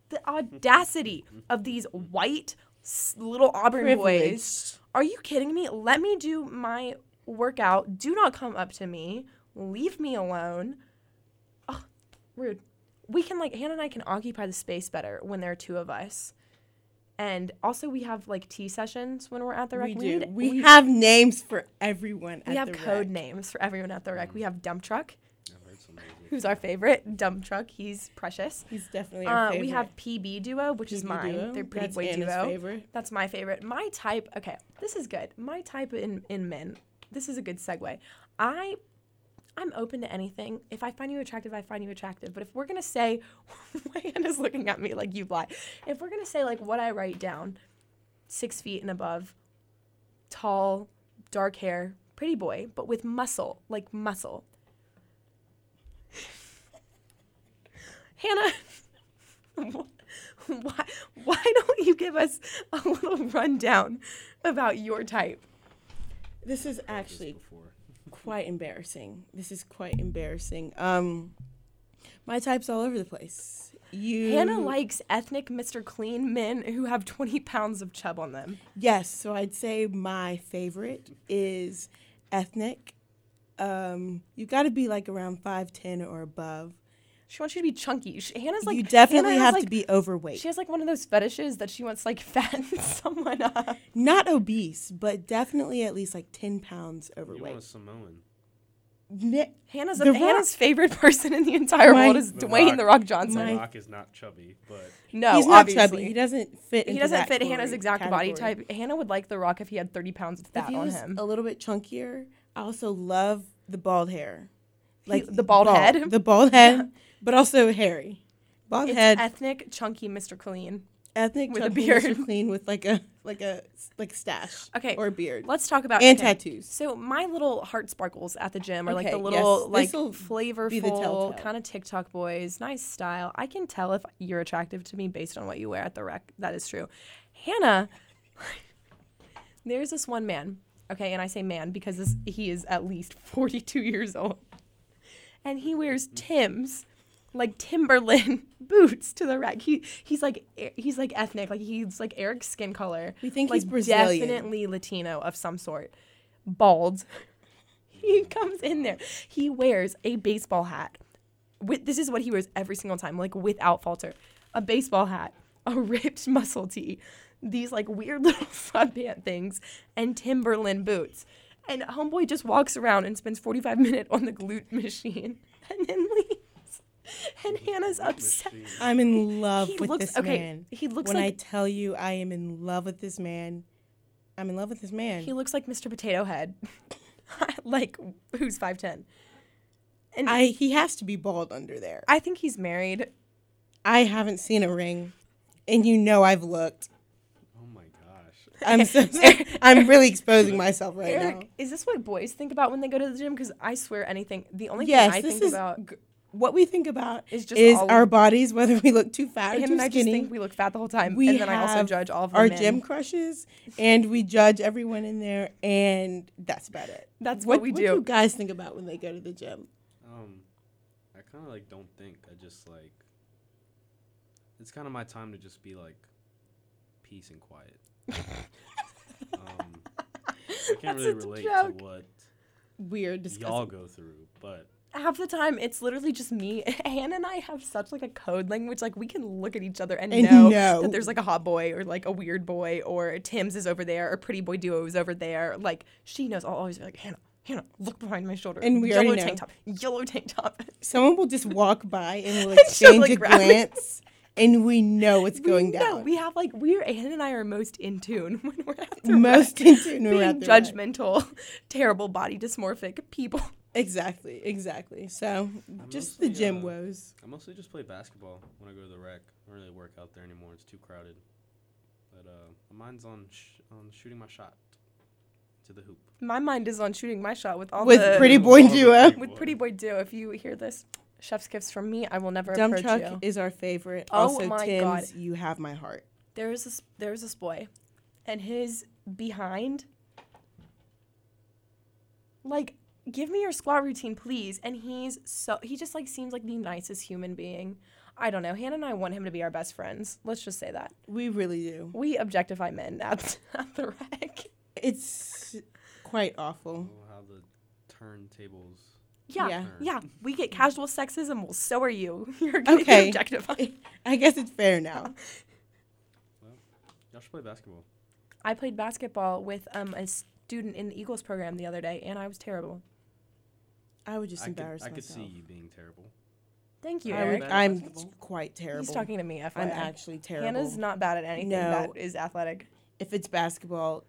Speaker 1: the audacity of these white s- little Auburn boys.
Speaker 3: Privileged.
Speaker 1: Are you kidding me? Let me do my workout. Do not come up to me. Leave me alone. Ugh, rude. We can like Hannah and I can occupy the space better when there are two of us. And also we have like tea sessions when we're at the rec.
Speaker 3: We do.
Speaker 1: need-
Speaker 3: We, have names for everyone.
Speaker 1: we
Speaker 3: at
Speaker 1: have
Speaker 3: the
Speaker 1: code
Speaker 3: rec. Mm.
Speaker 1: names for everyone at the rec. We have Dump Truck,
Speaker 2: I've heard some music.
Speaker 1: who's our favorite. Dump Truck, he's precious.
Speaker 3: He's definitely our
Speaker 1: Uh,
Speaker 3: favorite.
Speaker 1: we have PB Duo, which is
Speaker 3: PB
Speaker 1: mine.
Speaker 3: duo.
Speaker 1: They're pretty
Speaker 3: That's
Speaker 1: boy
Speaker 3: Anna's
Speaker 1: duo.
Speaker 3: favorite.
Speaker 1: That's my favorite. My type. Okay, this is good. My type in in men. This is a good segue. I I'm open to anything. If I find you attractive, I find you attractive. But if we're gonna say, (laughs) my hand is looking at me like you lie. If we're gonna say like what I write down, six feet and above, tall, dark hair, pretty boy, but with muscle, like muscle. (laughs) Hannah, (laughs) why, why don't you give us a little rundown about your type?
Speaker 3: This is
Speaker 2: Heard this
Speaker 3: actually
Speaker 2: before.
Speaker 3: quite embarrassing. This is quite embarrassing. Um, my type's all over the place. You
Speaker 1: Hannah likes ethnic Mr. Clean men who have 20 pounds of chub on them.
Speaker 3: Yes, so I'd say my favorite is ethnic. Um, you got to be like around five ten or above.
Speaker 1: She wants you to be chunky. She, Hannah's like
Speaker 3: you definitely
Speaker 1: Hannah has,
Speaker 3: have
Speaker 1: like,
Speaker 3: to be overweight,
Speaker 1: She has like one of those fetishes that she wants like (laughs) fatten someone up.
Speaker 3: not obese, but definitely at least like ten pounds
Speaker 2: You want a
Speaker 3: overweight.
Speaker 2: Samoan.
Speaker 3: Ne-
Speaker 1: Hannah's
Speaker 3: The Rock.
Speaker 1: Hannah's favorite person in the entire
Speaker 3: My-
Speaker 1: world is
Speaker 2: The
Speaker 1: Dwayne
Speaker 2: Rock.
Speaker 1: the Rock
Speaker 2: The
Speaker 1: Johnson.
Speaker 3: My-
Speaker 2: Rock is not chubby, but
Speaker 1: no,
Speaker 3: he's not
Speaker 1: Oh, obviously.
Speaker 3: chubby. He doesn't fit.
Speaker 1: He
Speaker 3: into
Speaker 1: doesn't
Speaker 3: that
Speaker 1: fit Hannah's
Speaker 3: category-
Speaker 1: exact body
Speaker 3: category.
Speaker 1: type. Hannah would like The Rock if he had 30 pounds of
Speaker 3: If
Speaker 1: fat
Speaker 3: he
Speaker 1: on
Speaker 3: was
Speaker 1: him.
Speaker 3: a little bit chunkier, I also love the bald hair, like
Speaker 1: the bald head?
Speaker 3: the bald head, but also hairy, bald
Speaker 1: It's
Speaker 3: head,
Speaker 1: ethnic, chunky Mr. Clean.
Speaker 3: ethnic
Speaker 1: with a
Speaker 3: chunky Mr.
Speaker 1: beard.
Speaker 3: clean with like a like a like stash,
Speaker 1: Okay,
Speaker 3: or a beard
Speaker 1: Let's talk about
Speaker 3: and
Speaker 1: him.
Speaker 3: tattoos.
Speaker 1: So my little heart sparkles at the gym are like the
Speaker 3: Okay,
Speaker 1: little
Speaker 3: yes,
Speaker 1: like
Speaker 3: this'll be the telltale.
Speaker 1: flavorful kind of TikTok boys, nice style. I can tell if you're attractive to me based on what you wear at the rec. That is true. Hannah, (laughs) there's this one man. Okay, and I say man because this he is at least 42 years old, and he wears Tim's. Like Timberland (laughs) boots to the rack. He he's like e- he's like ethnic. Like he's like Eric's skin color.
Speaker 3: We think
Speaker 1: like
Speaker 3: he's Brazilian.
Speaker 1: definitely Latino of some sort. Bald. (laughs) He comes in there. He wears a baseball hat. With, this is what he wears every single time, like without falter. A baseball hat, a ripped (laughs) muscle tee, these like weird (laughs) little sweatpant things, and Timberland boots. And homeboy just walks around and spends 45 minutes on the glute (laughs) machine and then leaves. And Hannah's upset.
Speaker 2: machine.
Speaker 3: I'm in love
Speaker 1: He
Speaker 3: with
Speaker 1: looks-
Speaker 3: this
Speaker 1: okay,
Speaker 3: man.
Speaker 1: he looks
Speaker 3: when I
Speaker 1: like-
Speaker 3: tell you I am in love with this man. I'm in love with this man.
Speaker 1: He looks like Mr. Potato Head. (laughs) like who's 5'10? And I,
Speaker 3: I he has to be bald under there.
Speaker 1: I think he's married.
Speaker 3: I haven't seen a ring, and you know I've looked.
Speaker 2: Oh my gosh.
Speaker 1: (laughs)
Speaker 3: I'm so sorry. I'm really exposing myself right
Speaker 1: Eric,
Speaker 3: now.
Speaker 1: is this what boys think about when they go to the gym? Because I swear anything. The only
Speaker 3: Yes,
Speaker 1: thing I
Speaker 3: this
Speaker 1: think
Speaker 3: is
Speaker 1: about.
Speaker 3: What we think about
Speaker 1: It's
Speaker 3: is
Speaker 1: just all-
Speaker 3: our bodies, whether we look too fat or
Speaker 1: Hannah
Speaker 3: too
Speaker 1: and I just
Speaker 3: skinny.
Speaker 1: think we look fat the whole time.
Speaker 3: we
Speaker 1: and then I also
Speaker 3: have
Speaker 1: judge all of the
Speaker 3: our
Speaker 1: men.
Speaker 3: gym crushes, and we judge everyone in there, and that's about it.
Speaker 1: That's what we do.
Speaker 3: What do you guys think about when they go to the gym?
Speaker 2: Um, I kind of like don't think. I just like. It's kind of my time to just be like, peace
Speaker 1: (laughs)
Speaker 2: and quiet. um, I can't
Speaker 1: That's
Speaker 2: really
Speaker 1: such a
Speaker 2: relate
Speaker 1: joke.
Speaker 2: to what
Speaker 3: Weird
Speaker 2: y'all
Speaker 3: discussion.
Speaker 2: go through, but
Speaker 1: Half the time, it's literally just me. (laughs) Hannah and I have such like a code language. Like we can look at each other and,
Speaker 3: And
Speaker 1: know,
Speaker 3: know.
Speaker 1: that there's like a hot boy or like a weird boy or Tim's is over there or Pretty Boy Duo is over there. Like she knows. I'll always be like Hannah, Hannah, look behind my shoulder.
Speaker 3: And we
Speaker 1: yellow
Speaker 3: already
Speaker 1: tank
Speaker 3: know.
Speaker 1: top, yellow tank top.
Speaker 3: Someone will just walk by
Speaker 1: (laughs)
Speaker 3: and we'll
Speaker 1: She'll,
Speaker 3: exchange
Speaker 1: like,
Speaker 3: a
Speaker 1: grab it.
Speaker 3: glance, and we know what's going
Speaker 1: we
Speaker 3: down.
Speaker 1: Know, we have like we're Anne and I are most in tune (laughs) when we're at the
Speaker 3: most
Speaker 1: rec.
Speaker 3: in tune when
Speaker 1: being
Speaker 3: we're at the rec.
Speaker 1: judgmental, (laughs) terrible body dysmorphic people.
Speaker 3: Exactly, exactly. So just the
Speaker 2: mostly,
Speaker 3: gym
Speaker 2: uh,
Speaker 3: woes.
Speaker 2: I mostly just play basketball when I go to the rec. I don't really work out there anymore. It's too crowded. But uh, mine's on sh- on shooting my shot to the hoop.
Speaker 1: My mind is on shooting my shot with all
Speaker 3: With
Speaker 1: the
Speaker 3: Pretty Boy
Speaker 2: All the
Speaker 3: Duo.
Speaker 2: people.
Speaker 1: with pretty boy do. If you hear this, chef's gifts from me. I will never
Speaker 3: Dumb
Speaker 1: approach
Speaker 3: Truck
Speaker 1: you.
Speaker 3: is our favorite.
Speaker 1: Oh
Speaker 3: also,
Speaker 1: my
Speaker 3: Tim's,
Speaker 1: God.
Speaker 3: you have my heart.
Speaker 1: There is this there is this boy, and his behind. Like give me your squat routine, please. And he's so he just like seems like the nicest human being. I don't know. Hannah and I want him to be our best friends. Let's just say that.
Speaker 3: We really do.
Speaker 1: We objectify men at, at the (laughs) wreck.
Speaker 3: It's quite awful.
Speaker 2: We'll have the turntables.
Speaker 1: Yeah, yeah.
Speaker 3: Yeah.
Speaker 1: We get casual sexism. Well, so are you. (laughs) You're getting
Speaker 3: Okay.
Speaker 1: objectified.
Speaker 3: I guess it's fair now.
Speaker 2: Y'all should play basketball.
Speaker 1: I played basketball with um, a student in the Eagles program the other day, and I was terrible.
Speaker 3: I would just
Speaker 2: I could,
Speaker 3: embarrass
Speaker 2: I could
Speaker 3: myself.
Speaker 2: see you being terrible.
Speaker 1: Thank you,
Speaker 3: I
Speaker 1: Eric.
Speaker 3: would,
Speaker 2: Bad at
Speaker 3: I'm
Speaker 2: basketball?
Speaker 3: quite terrible.
Speaker 1: He's talking to me. FYI.
Speaker 3: I'm actually terrible.
Speaker 1: Hannah's not bad at anything
Speaker 3: No.
Speaker 1: that is athletic.
Speaker 3: if it's basketball,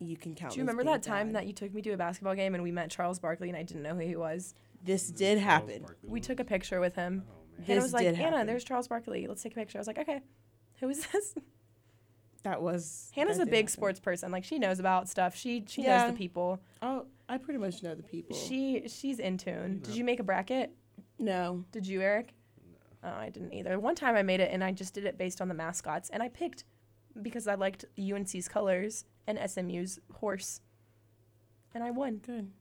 Speaker 3: you can count.
Speaker 1: Do you remember that time that you took me to a basketball game and we met Charles Barkley and I didn't know who he was?
Speaker 3: this
Speaker 2: This is
Speaker 3: did
Speaker 2: Charles
Speaker 3: happen?
Speaker 2: Barkley
Speaker 1: We
Speaker 2: Lewis.
Speaker 1: took a picture with
Speaker 2: Oh
Speaker 1: him.
Speaker 2: man.
Speaker 1: Hannah
Speaker 3: This
Speaker 1: was like,
Speaker 3: did
Speaker 1: Hannah,
Speaker 3: happen.
Speaker 1: there's Charles Barkley. Let's take a picture. I was like, okay, who is this? (laughs)
Speaker 3: That was
Speaker 1: Hannah's
Speaker 3: that
Speaker 1: a
Speaker 3: did
Speaker 1: big
Speaker 3: happen.
Speaker 1: sports person. Like she knows about stuff. She she knows
Speaker 3: Yeah.
Speaker 1: the people.
Speaker 3: Oh, I pretty much know the people.
Speaker 1: She she's in tune.
Speaker 2: You
Speaker 1: Did
Speaker 2: know.
Speaker 1: you make a bracket?
Speaker 3: no,
Speaker 1: Did you, Eric? No. Oh, I didn't either. One time I made it and I just did it based on the mascots and I picked because I liked UNC's colors and SMU's horse. And I won
Speaker 3: (laughs) good.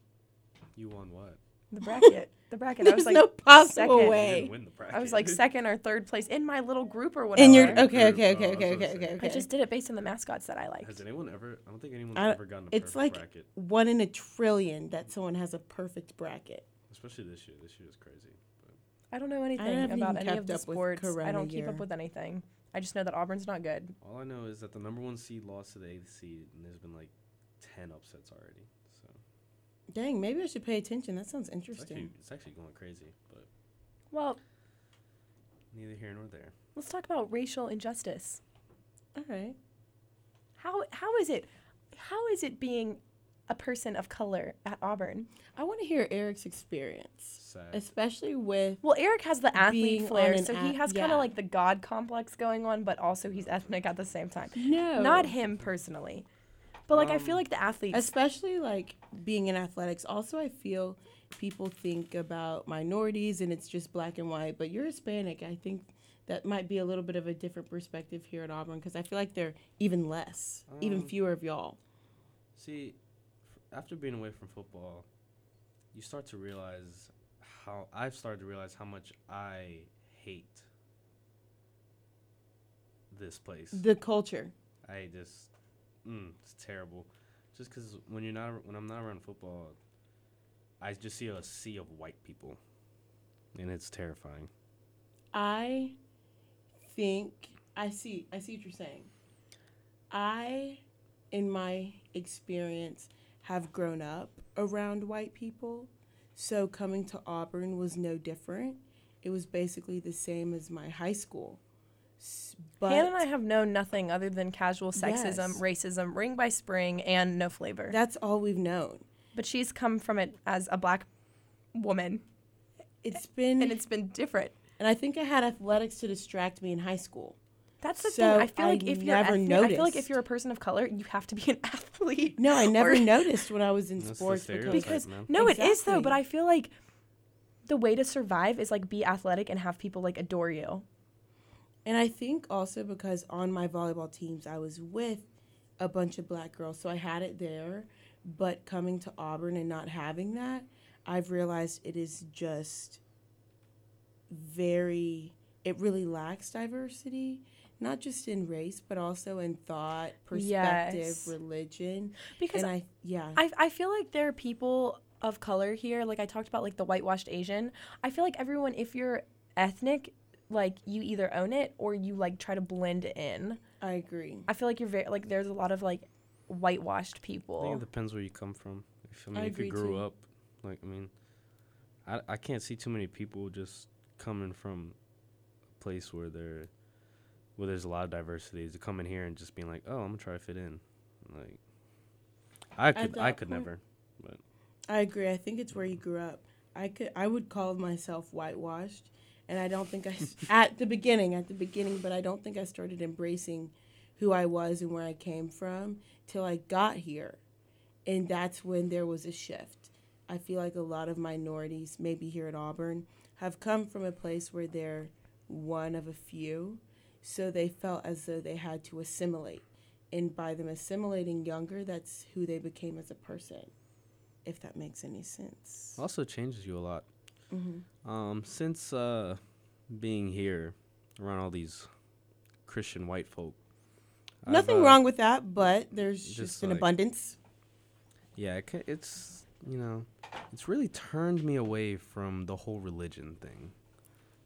Speaker 2: You won what?
Speaker 1: the
Speaker 3: (laughs)
Speaker 1: bracket. the bracket. I
Speaker 3: There's
Speaker 1: was like
Speaker 3: no possible
Speaker 1: second.
Speaker 2: You didn't
Speaker 3: way.
Speaker 2: win the bracket.
Speaker 1: I was like second or third place in my little group or whatever.
Speaker 3: And you're
Speaker 2: Whatever.
Speaker 3: okay, okay,
Speaker 2: Oh,
Speaker 3: okay, okay,
Speaker 2: that's what
Speaker 3: okay,
Speaker 2: I'm
Speaker 3: okay, okay.
Speaker 1: I just did it based on the mascots that I liked.
Speaker 2: Has anyone ever? I don't think anyone's
Speaker 3: I-
Speaker 2: ever gotten a
Speaker 3: it's
Speaker 2: perfect
Speaker 3: like
Speaker 2: bracket,
Speaker 3: one in a trillion that someone has a perfect bracket.
Speaker 2: especially this year. This year is crazy. But
Speaker 1: I don't know anything
Speaker 3: haven't
Speaker 1: about
Speaker 3: even
Speaker 1: any of
Speaker 3: kept
Speaker 1: the
Speaker 3: up with
Speaker 1: sports. I
Speaker 3: Corona
Speaker 1: don't keep
Speaker 3: year.
Speaker 1: up with anything. I just know that Auburn's not good.
Speaker 2: all I know is that the number one seed lost to the eighth seed, and there's been like ten upsets already. So
Speaker 3: Dang, maybe I should pay attention. That sounds
Speaker 2: it's actually,
Speaker 3: interesting.
Speaker 2: it's actually going crazy, but
Speaker 1: Well,
Speaker 2: neither here nor there.
Speaker 1: let's talk about racial injustice.
Speaker 3: All right.
Speaker 1: How how is it how is it being a person of color at Auburn?
Speaker 3: I want to hear Eric's experience,
Speaker 2: Sad.
Speaker 3: especially with
Speaker 1: Well, Eric has the
Speaker 3: Being
Speaker 1: athlete
Speaker 3: on
Speaker 1: flair,
Speaker 3: an
Speaker 1: so
Speaker 3: ath-
Speaker 1: he has kind
Speaker 3: yeah.
Speaker 1: of like the god complex going on, but also he's ethnic at the same time.
Speaker 3: no,
Speaker 1: Not him personally. But like I feel
Speaker 2: Um,
Speaker 1: like the athletes
Speaker 3: especially like being in athletics. Also, I feel people think about minorities and it's just black and white, but you're Hispanic. I think that might be a little bit of a different perspective here at Auburn because I feel like they're even less, even
Speaker 2: Um,
Speaker 3: fewer of y'all.
Speaker 2: See, f- after being away from football, you start to realize how I've started to realize how much I hate this place.
Speaker 3: The culture.
Speaker 2: I just, mm, it's terrible. Just because when you're not when I'm not around football, I just see a sea of white people, and it's terrifying.
Speaker 3: I think I see I see what you're saying. I in my experience have grown up around white people. So coming to Auburn was no different. It was basically the same as my high school. S- But
Speaker 1: Hannah and I have known nothing other than casual sexism,
Speaker 3: Yes.
Speaker 1: racism, ring by spring, and no flavor.
Speaker 3: that's all we've known.
Speaker 1: but she's come from it as a black woman,
Speaker 3: It's been
Speaker 1: and
Speaker 3: and,
Speaker 1: it's been different.
Speaker 3: I think I had athletics to distract me in high school.
Speaker 1: That's the
Speaker 3: So
Speaker 1: thing. I feel like
Speaker 3: I
Speaker 1: if you're
Speaker 3: never
Speaker 1: ethnic, I feel like if
Speaker 3: noticed.
Speaker 1: you're a person of color, you have to be an (laughs) athlete.
Speaker 3: No, I never
Speaker 1: Or-
Speaker 3: noticed when I was in
Speaker 2: That's the
Speaker 3: sports
Speaker 2: stereotype.
Speaker 1: because
Speaker 2: man.
Speaker 1: no, it is though.
Speaker 3: Exactly.
Speaker 1: But I feel like the way to survive is like be athletic and have people like adore you.
Speaker 3: And I think also because on my volleyball teams, I was with a bunch of black girls. So I had it there. But coming to Auburn and not having that, I've realized it is just very, it really lacks diversity, not just in race, but also in thought, perspective,
Speaker 1: Yes.
Speaker 3: religion.
Speaker 1: Because
Speaker 3: And I, yeah.
Speaker 1: I, I feel like there are people of color here. Like I talked about, like the whitewashed Asian. I feel like everyone, if you're ethnic, like you either own it or you like try to blend in.
Speaker 3: I agree.
Speaker 1: I feel like you're very like there's a lot of like whitewashed
Speaker 2: I think
Speaker 1: people.
Speaker 2: it depends where you come from. If, I mean,
Speaker 3: I
Speaker 2: if you
Speaker 3: agree,
Speaker 2: grew
Speaker 3: too.
Speaker 2: up, like, I mean, I, I can't see too many people just coming from a place where they're, where there's a lot of diversity to come in here and just being like, oh, I'm gonna try to fit in. Like, I could, I
Speaker 3: that
Speaker 2: could
Speaker 3: point-
Speaker 2: never.
Speaker 3: I agree. I think it's where you grew up. I could I would call myself whitewashed, and I don't think I s- (laughs) at the beginning at the beginning, but I don't think I started embracing who I was and where I came from till I got here, and that's when there was a shift. I feel like a lot of minorities, maybe here at Auburn, have come from a place where they're one of a few, so they felt as though they had to assimilate, and by them assimilating younger, that's who they became as a person if that makes any sense.
Speaker 2: Also changes you a lot.
Speaker 3: hmm
Speaker 2: Um, since uh, being here around all these Christian white folk, I've,
Speaker 3: Nothing
Speaker 2: uh,
Speaker 3: wrong with that, but there's just,
Speaker 2: just
Speaker 3: an
Speaker 2: like-
Speaker 3: abundance.
Speaker 2: Yeah, it ca- it's you know, it's really turned me away from the whole religion thing.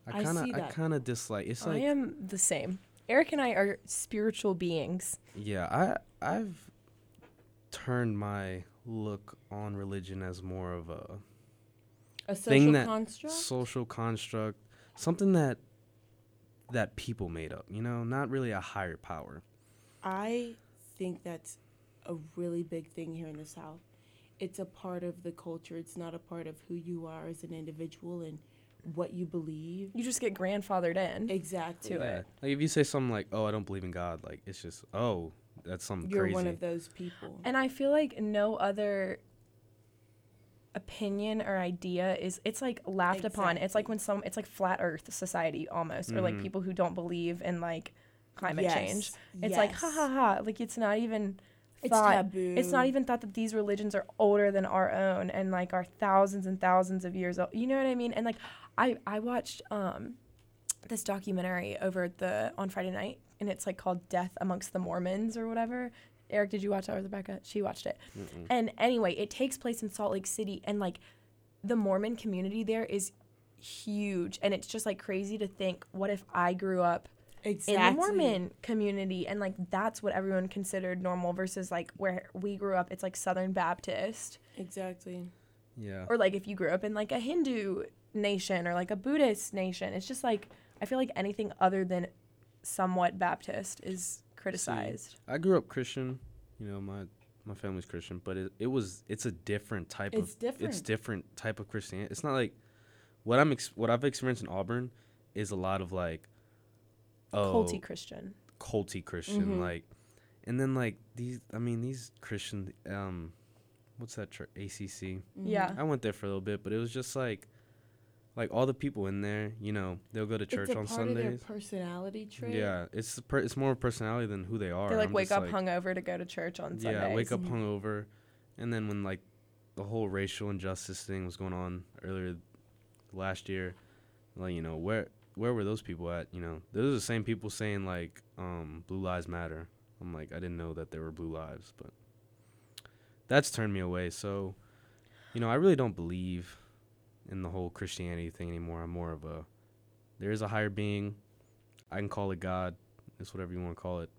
Speaker 2: I
Speaker 3: I
Speaker 2: kind
Speaker 3: see
Speaker 2: of I,
Speaker 3: that. Oh,
Speaker 2: kind of dislike. It's
Speaker 1: I
Speaker 2: like
Speaker 1: am the same. Eric and I are spiritual beings.
Speaker 2: yeah, I I've turned my look on religion as more of a
Speaker 3: A social
Speaker 2: Thing that-
Speaker 3: construct.
Speaker 2: social construct, something that that people made up, you know, not really a higher power.
Speaker 3: I think that's a really big thing here in the South. It's a part of the culture. It's not a part of who you are as an individual and what you believe.
Speaker 1: You just get grandfathered in.
Speaker 3: Exactly.
Speaker 1: To it.
Speaker 2: Like if you say something like, "Oh, I don't believe in God," like it's just, "Oh, that's something
Speaker 3: You're
Speaker 2: crazy."
Speaker 3: one of those people.
Speaker 1: And I feel like no other opinion or idea is it's like laughed upon. It's like
Speaker 3: Exactly. Mm-hmm.
Speaker 1: when some it's like flat earth society almost or like
Speaker 2: Mhm.
Speaker 1: people who don't believe in like climate
Speaker 3: Yes,
Speaker 1: change. It's like ha
Speaker 3: yes.
Speaker 1: ha ha. Like it's not even
Speaker 3: It's
Speaker 1: thought.
Speaker 3: taboo.
Speaker 1: It's not even thought that these religions are older than our own and like are thousands and thousands of years old. You know what I mean? And like I I watched um this documentary over at the on Friday night and it's like called Death Amongst the Mormons or whatever. Eric, did you watch that with Rebecca? She watched it.
Speaker 2: Mm-mm.
Speaker 1: And anyway, it takes place in Salt Lake City and like the Mormon community there is huge and it's just like crazy to think what if I grew up
Speaker 3: exactly.
Speaker 1: in the Mormon community, and like that's what everyone considered normal versus like where we grew up. It's like Southern Baptist,
Speaker 3: Exactly.
Speaker 2: yeah.
Speaker 1: or like if you grew up in like a Hindu nation or like a Buddhist nation, it's just like I feel like anything other than somewhat Baptist is criticized.
Speaker 2: I grew up Christian. You know, my my family's Christian, but it, it was it's a different type
Speaker 3: It's
Speaker 2: of it's
Speaker 3: different.
Speaker 2: different type of Christianity. It's not like what I'm ex- what I've experienced in Auburn is a lot of like oh
Speaker 1: Culty Christian.
Speaker 2: culty Christian
Speaker 3: Mhm.
Speaker 2: like, and then like these I mean these Christian um what's that church ACC
Speaker 3: Uh.
Speaker 1: Yeah.
Speaker 2: I went there for a little bit, but it was just like like all the people in there. You know, they'll go to church
Speaker 3: it's a
Speaker 2: on
Speaker 3: part of their
Speaker 2: Sundays.
Speaker 3: personality trait.
Speaker 2: Yeah, it's per- it's more of personality than who they are.
Speaker 1: They like
Speaker 2: I'm
Speaker 1: wake
Speaker 2: just
Speaker 1: up hungover to go to church on Sundays.
Speaker 2: yeah, wake up
Speaker 3: Mhm.
Speaker 2: hungover, and then when like the whole racial injustice thing was going on earlier last year, like you know where where were those people at? You know, those are the same people saying like um, blue lives matter. I'm like I didn't know that there were blue lives, but that's turned me away. So, you know, I really don't believe in the whole Christianity thing anymore. I'm more of a there is a higher being. I can call it God. It's whatever you want to call it.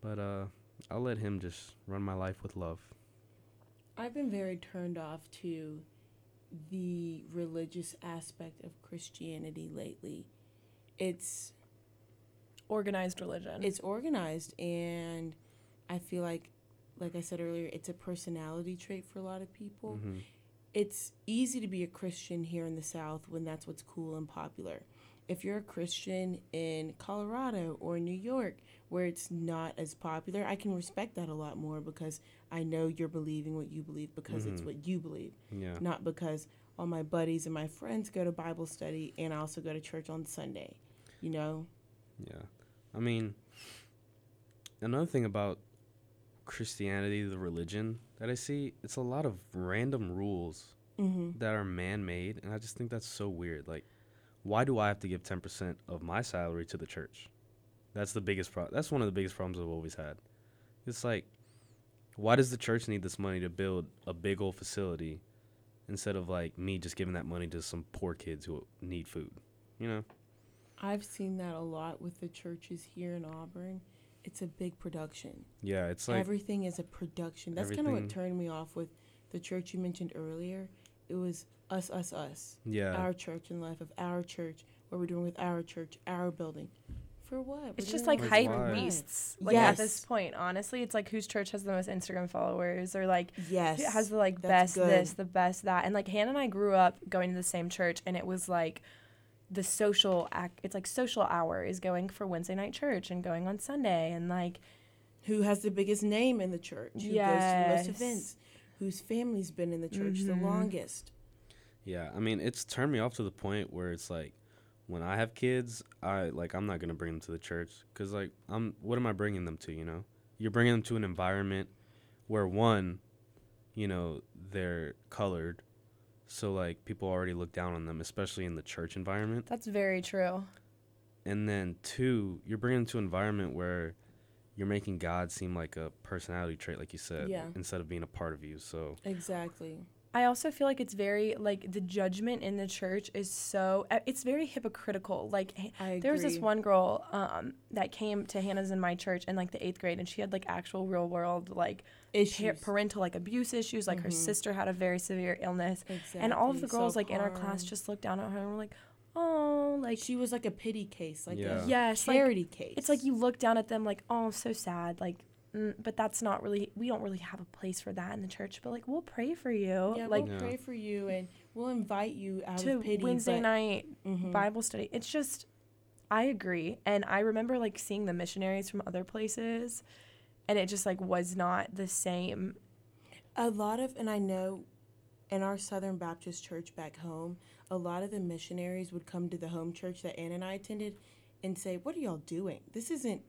Speaker 2: But uh I'll let him just run my life with love.
Speaker 3: I've been very turned off to the religious aspect of Christianity lately. It's
Speaker 1: Organized religion.
Speaker 3: it's organized and i feel like like i said earlier it's a personality trait for a lot of people
Speaker 2: Mhm.
Speaker 3: it's easy to be a christian here in the south when that's what's cool and popular if you're a christian in colorado or new york where it's not as popular i can respect that a lot more because i know you're believing what you believe because it's
Speaker 2: Mhm.
Speaker 3: what you believe
Speaker 2: Yeah.
Speaker 3: not because all my buddies and my friends go to bible study and i also go to church on sunday you know
Speaker 2: Yeah. I mean, another thing about Christianity, the religion that I see, it's a lot of random rules
Speaker 3: mm-hmm.
Speaker 2: that are man made. And I just think that's so weird. Like, why do I have to give 10% of my salary to the church? That's the biggest problem. That's one of the biggest problems I've always had. It's like, why does the church need this money to build a big old facility instead of like me just giving that money to some poor kids who need food? You know?
Speaker 3: I've seen that a lot with the churches here in Auburn. It's a big production.
Speaker 2: Yeah, it's like
Speaker 3: everything is a production. That's kind of what
Speaker 2: everything-
Speaker 3: turned me off with the church you mentioned earlier. It was us, us, us.
Speaker 2: yeah,
Speaker 3: Our church and life of our church. What we're doing with our church, our building. For what? We're
Speaker 1: It's just
Speaker 3: doing
Speaker 1: like
Speaker 3: our
Speaker 2: Like,
Speaker 1: hype
Speaker 3: own
Speaker 2: why?
Speaker 3: thing.
Speaker 1: beasts. Like at this
Speaker 3: Yes.
Speaker 1: point, honestly, it's like whose church has the most Instagram followers or like
Speaker 3: Yes.
Speaker 1: It has the like best
Speaker 3: that's
Speaker 1: this,
Speaker 3: good.
Speaker 1: the best that. And like Hannah and I grew up going to the same church and it was like the social act it's like social hour is going for Wednesday night church and going on Sunday and like
Speaker 3: who has the biggest name in the church? Who goes to the most
Speaker 1: Yes. Mm-hmm.
Speaker 3: events? Whose family's been in the church the longest?
Speaker 2: yeah. I mean, it's turned me off to the point where it's like, when I have kids, I like I'm not gonna bring them to the church because like I'm what am I bringing them to? You know, you're bringing them to an environment where one, you know, they're colored. So like people already look down on them, especially in the church environment.
Speaker 1: That's very true.
Speaker 2: And then two, you're bringing to an environment where you're making God seem like a personality trait, like you said,
Speaker 3: Yeah.
Speaker 2: instead of being a part of you. So
Speaker 3: Exactly.
Speaker 1: I also feel like it's very like the judgment in the church is so uh, it's very hypocritical. Like h-
Speaker 3: I agree.
Speaker 1: there was this one girl um, that came to Hannah's in my church in like the eighth grade, and she had like actual real world like pa-
Speaker 3: issue.
Speaker 1: parental like abuse issues. Like her
Speaker 3: Mm-hmm.
Speaker 1: sister had a very severe illness, and all of the girls like in our class just looked down at her and were like, "Oh, like
Speaker 3: she was like a pity case, like
Speaker 2: Yeah.
Speaker 3: a
Speaker 1: yes, like
Speaker 3: charity case.
Speaker 1: it's like you look down at them like, oh, so sad, like." Mm, but that's not really we don't really have a place for that in the church but like we'll pray for you
Speaker 3: yeah,
Speaker 1: like
Speaker 3: we'll
Speaker 2: Yeah.
Speaker 3: pray for you and we'll invite you out
Speaker 1: to
Speaker 3: of pity.
Speaker 1: Wednesday
Speaker 3: but-
Speaker 1: night
Speaker 3: Mhm.
Speaker 1: Bible study. It's just, I agree. And I remember like seeing the missionaries from other places, and it just like was not the same.
Speaker 3: A lot of, and I know in our Southern Baptist church back home, a lot of the missionaries would come to the home church that Ann and I attended and say, What are y'all doing? This isn't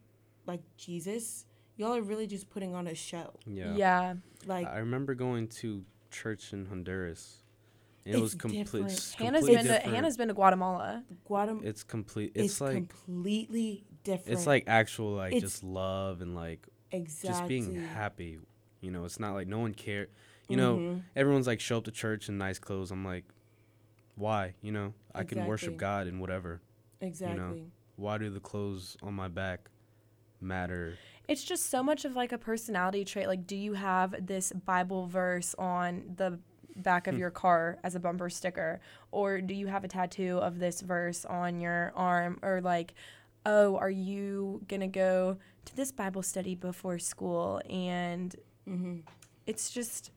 Speaker 3: like Jesus. Y'all are really just putting on a show.
Speaker 1: Yeah.
Speaker 2: yeah,
Speaker 1: Yeah.
Speaker 3: Like,
Speaker 2: I remember going to church in Honduras. And it
Speaker 3: It's
Speaker 2: was complete.
Speaker 3: different.
Speaker 2: it's
Speaker 1: Hannah's
Speaker 2: completely
Speaker 1: been to
Speaker 2: different.
Speaker 1: Hannah's been to Guatemala.
Speaker 3: Guatemala
Speaker 2: It's complete.
Speaker 3: is
Speaker 2: It's like
Speaker 3: completely different.
Speaker 2: it's like actual like
Speaker 3: It's-
Speaker 2: just love and like
Speaker 3: exactly.
Speaker 2: just being happy. You know, it's not like no one care. You
Speaker 3: Mm-hmm.
Speaker 2: know, everyone's like show up to church in nice clothes. I'm like, why? You know, I can worship
Speaker 3: Exactly.
Speaker 2: God in whatever.
Speaker 3: Exactly.
Speaker 2: Why do the clothes on my back matter?
Speaker 1: It's just so much of like a personality trait. Like, do you have this Bible verse on the back of your car as a bumper sticker, or do you have a tattoo of this verse on your arm, or like, oh, are you gonna go to this Bible study before school and
Speaker 3: hmm
Speaker 1: it's just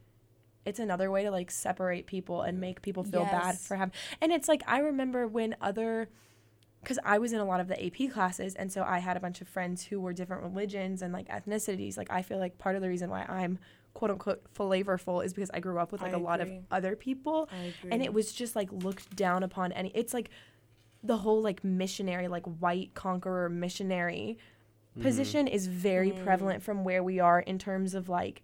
Speaker 1: it's another way to like separate people and make people feel bad
Speaker 3: Yes.
Speaker 1: for having and it's like i remember when other because i was in a lot of the ap classes and so i had a bunch of friends who were different religions and like ethnicities like i feel like part of the reason why i'm quote unquote flavorful is because i grew up with like a
Speaker 3: I
Speaker 1: lot of
Speaker 3: agree.
Speaker 1: other people
Speaker 3: I agree.
Speaker 1: and it was just like looked down upon any it's like the whole like missionary like white conqueror missionary position is very
Speaker 3: Mm.
Speaker 1: prevalent from where we are in terms of like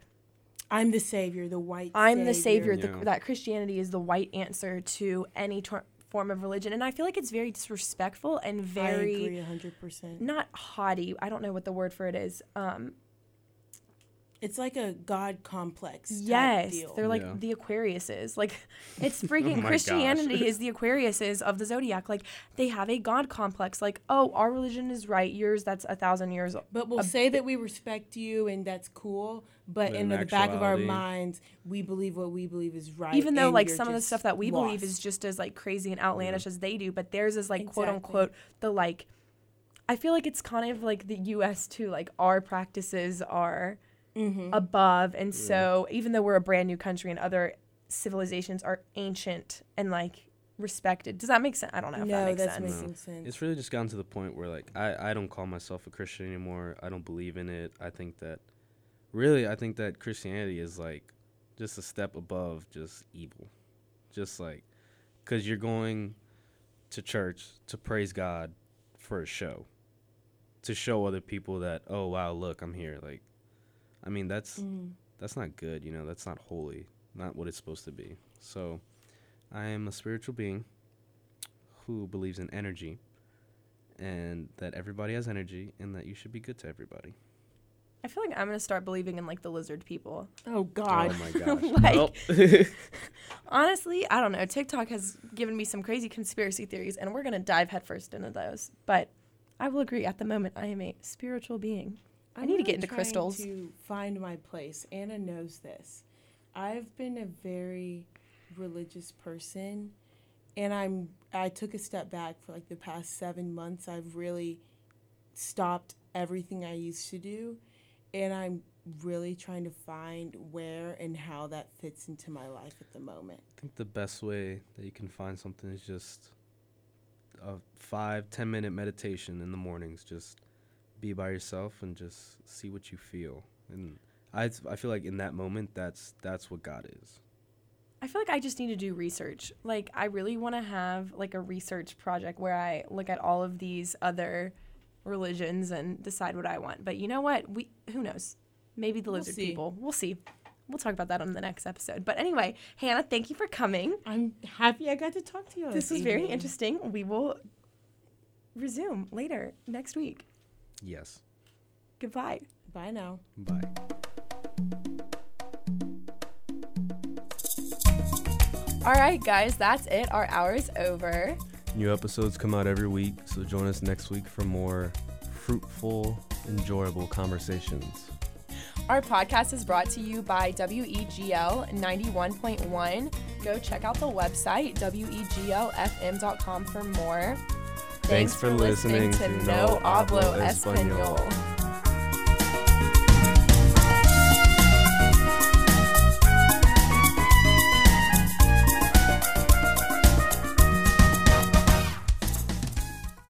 Speaker 3: I'm the savior, the white.
Speaker 1: I'm the savior. The,
Speaker 2: Yeah.
Speaker 1: That Christianity is the white answer to any tor- form of religion, and I feel like it's very disrespectful and
Speaker 3: I
Speaker 1: very
Speaker 3: agree 100%.
Speaker 1: not haughty. I don't know what the word for it is. Um,
Speaker 3: It's like a God complex. Type
Speaker 1: yes,
Speaker 3: Deal.
Speaker 1: they're like
Speaker 2: Yeah. Oh
Speaker 1: the Aquariuses.
Speaker 2: (laughs)
Speaker 1: Like it's freaking
Speaker 2: my
Speaker 1: Christianity
Speaker 2: gosh.
Speaker 1: is the Aquariuses of the zodiac. Like they have a god complex. Like oh, our religion is right. Yours that's a thousand years. old.
Speaker 3: But we'll say that we respect you and that's cool. But
Speaker 2: But
Speaker 3: in
Speaker 2: in
Speaker 3: the back of our
Speaker 2: actuality-
Speaker 3: minds, we believe what we believe is right.
Speaker 1: Even though
Speaker 3: and
Speaker 1: like
Speaker 3: you're
Speaker 1: some of the
Speaker 3: just
Speaker 1: stuff that we believe is
Speaker 3: lost.
Speaker 1: just as like crazy and outlandish as they do, but theirs is like quote
Speaker 3: Exactly.
Speaker 1: unquote the like. I feel like it's kind of like the U.S. too. Like our practices are
Speaker 3: Mm-hmm.
Speaker 1: above, and so even though we're a brand new country and other civilizations are ancient and like respected, does that make sense? I don't know if that
Speaker 3: no,
Speaker 1: makes
Speaker 3: that's
Speaker 1: sense.
Speaker 3: making sense.
Speaker 2: It's really just gotten to the point where like I, I don't call myself a Christian anymore. I don't believe in it. I think that really I think that Christianity is like just a step above just evil. Just like cuz you're going to church to praise God for a show. To show other people that, "Oh wow, look, I'm here." Like I mean, that's
Speaker 3: Mm.
Speaker 2: that's not good, you know. That's not holy. Not what it's supposed to be. So I am a spiritual being who believes in energy and that everybody has energy and that you should be good to everybody.
Speaker 1: I feel like I'm gonna start believing in like the lizard people. (laughs)
Speaker 3: Oh God.
Speaker 2: Oh my gosh.
Speaker 1: Like-
Speaker 2: Well,
Speaker 1: (laughs)
Speaker 3: (laughs)
Speaker 1: Honestly, I don't know. TikTok has given me some crazy conspiracy theories, and we're gonna dive headfirst into those. But I will agree. At the moment, I am a spiritual being. I
Speaker 3: I'm
Speaker 1: need to
Speaker 3: really
Speaker 1: get into
Speaker 3: trying
Speaker 1: crystals.
Speaker 3: To find my place, Anna knows this. I've been a very religious person, and I'm. I took a step back for like the past seven months. I've really stopped everything I used to do, and I'm really trying to find where and how that fits into my life at the moment.
Speaker 2: I think the best way that you can find something is just a five, ten minute meditation in the mornings. Just be by yourself and just see what you feel. And I, I feel like in that moment, that's that's what God is.
Speaker 1: I feel like I just need to do research. Like I really want to have like a research project where I look at all of these other religions and decide what I want. But you know what? We who knows? Maybe the
Speaker 3: We'll
Speaker 1: lizard
Speaker 3: see.
Speaker 1: people. We'll see. we'll talk about that on the next episode. But anyway, Hannah, thank you for coming.
Speaker 3: I'm happy I got to talk to you. all
Speaker 1: This was very
Speaker 3: evening.
Speaker 1: interesting. We will resume later next week.
Speaker 2: Yes.
Speaker 1: Goodbye.
Speaker 3: Bye now.
Speaker 2: Bye.
Speaker 1: All right, guys, that's it. Our hour's over.
Speaker 2: New episodes come out every week, so join us next week for more fruitful, enjoyable conversations.
Speaker 1: Our podcast is brought to you by E WEGL 91.1. Go check out the website, E weglfm.com, for more.
Speaker 2: Thanks for listening to No Hablo Español.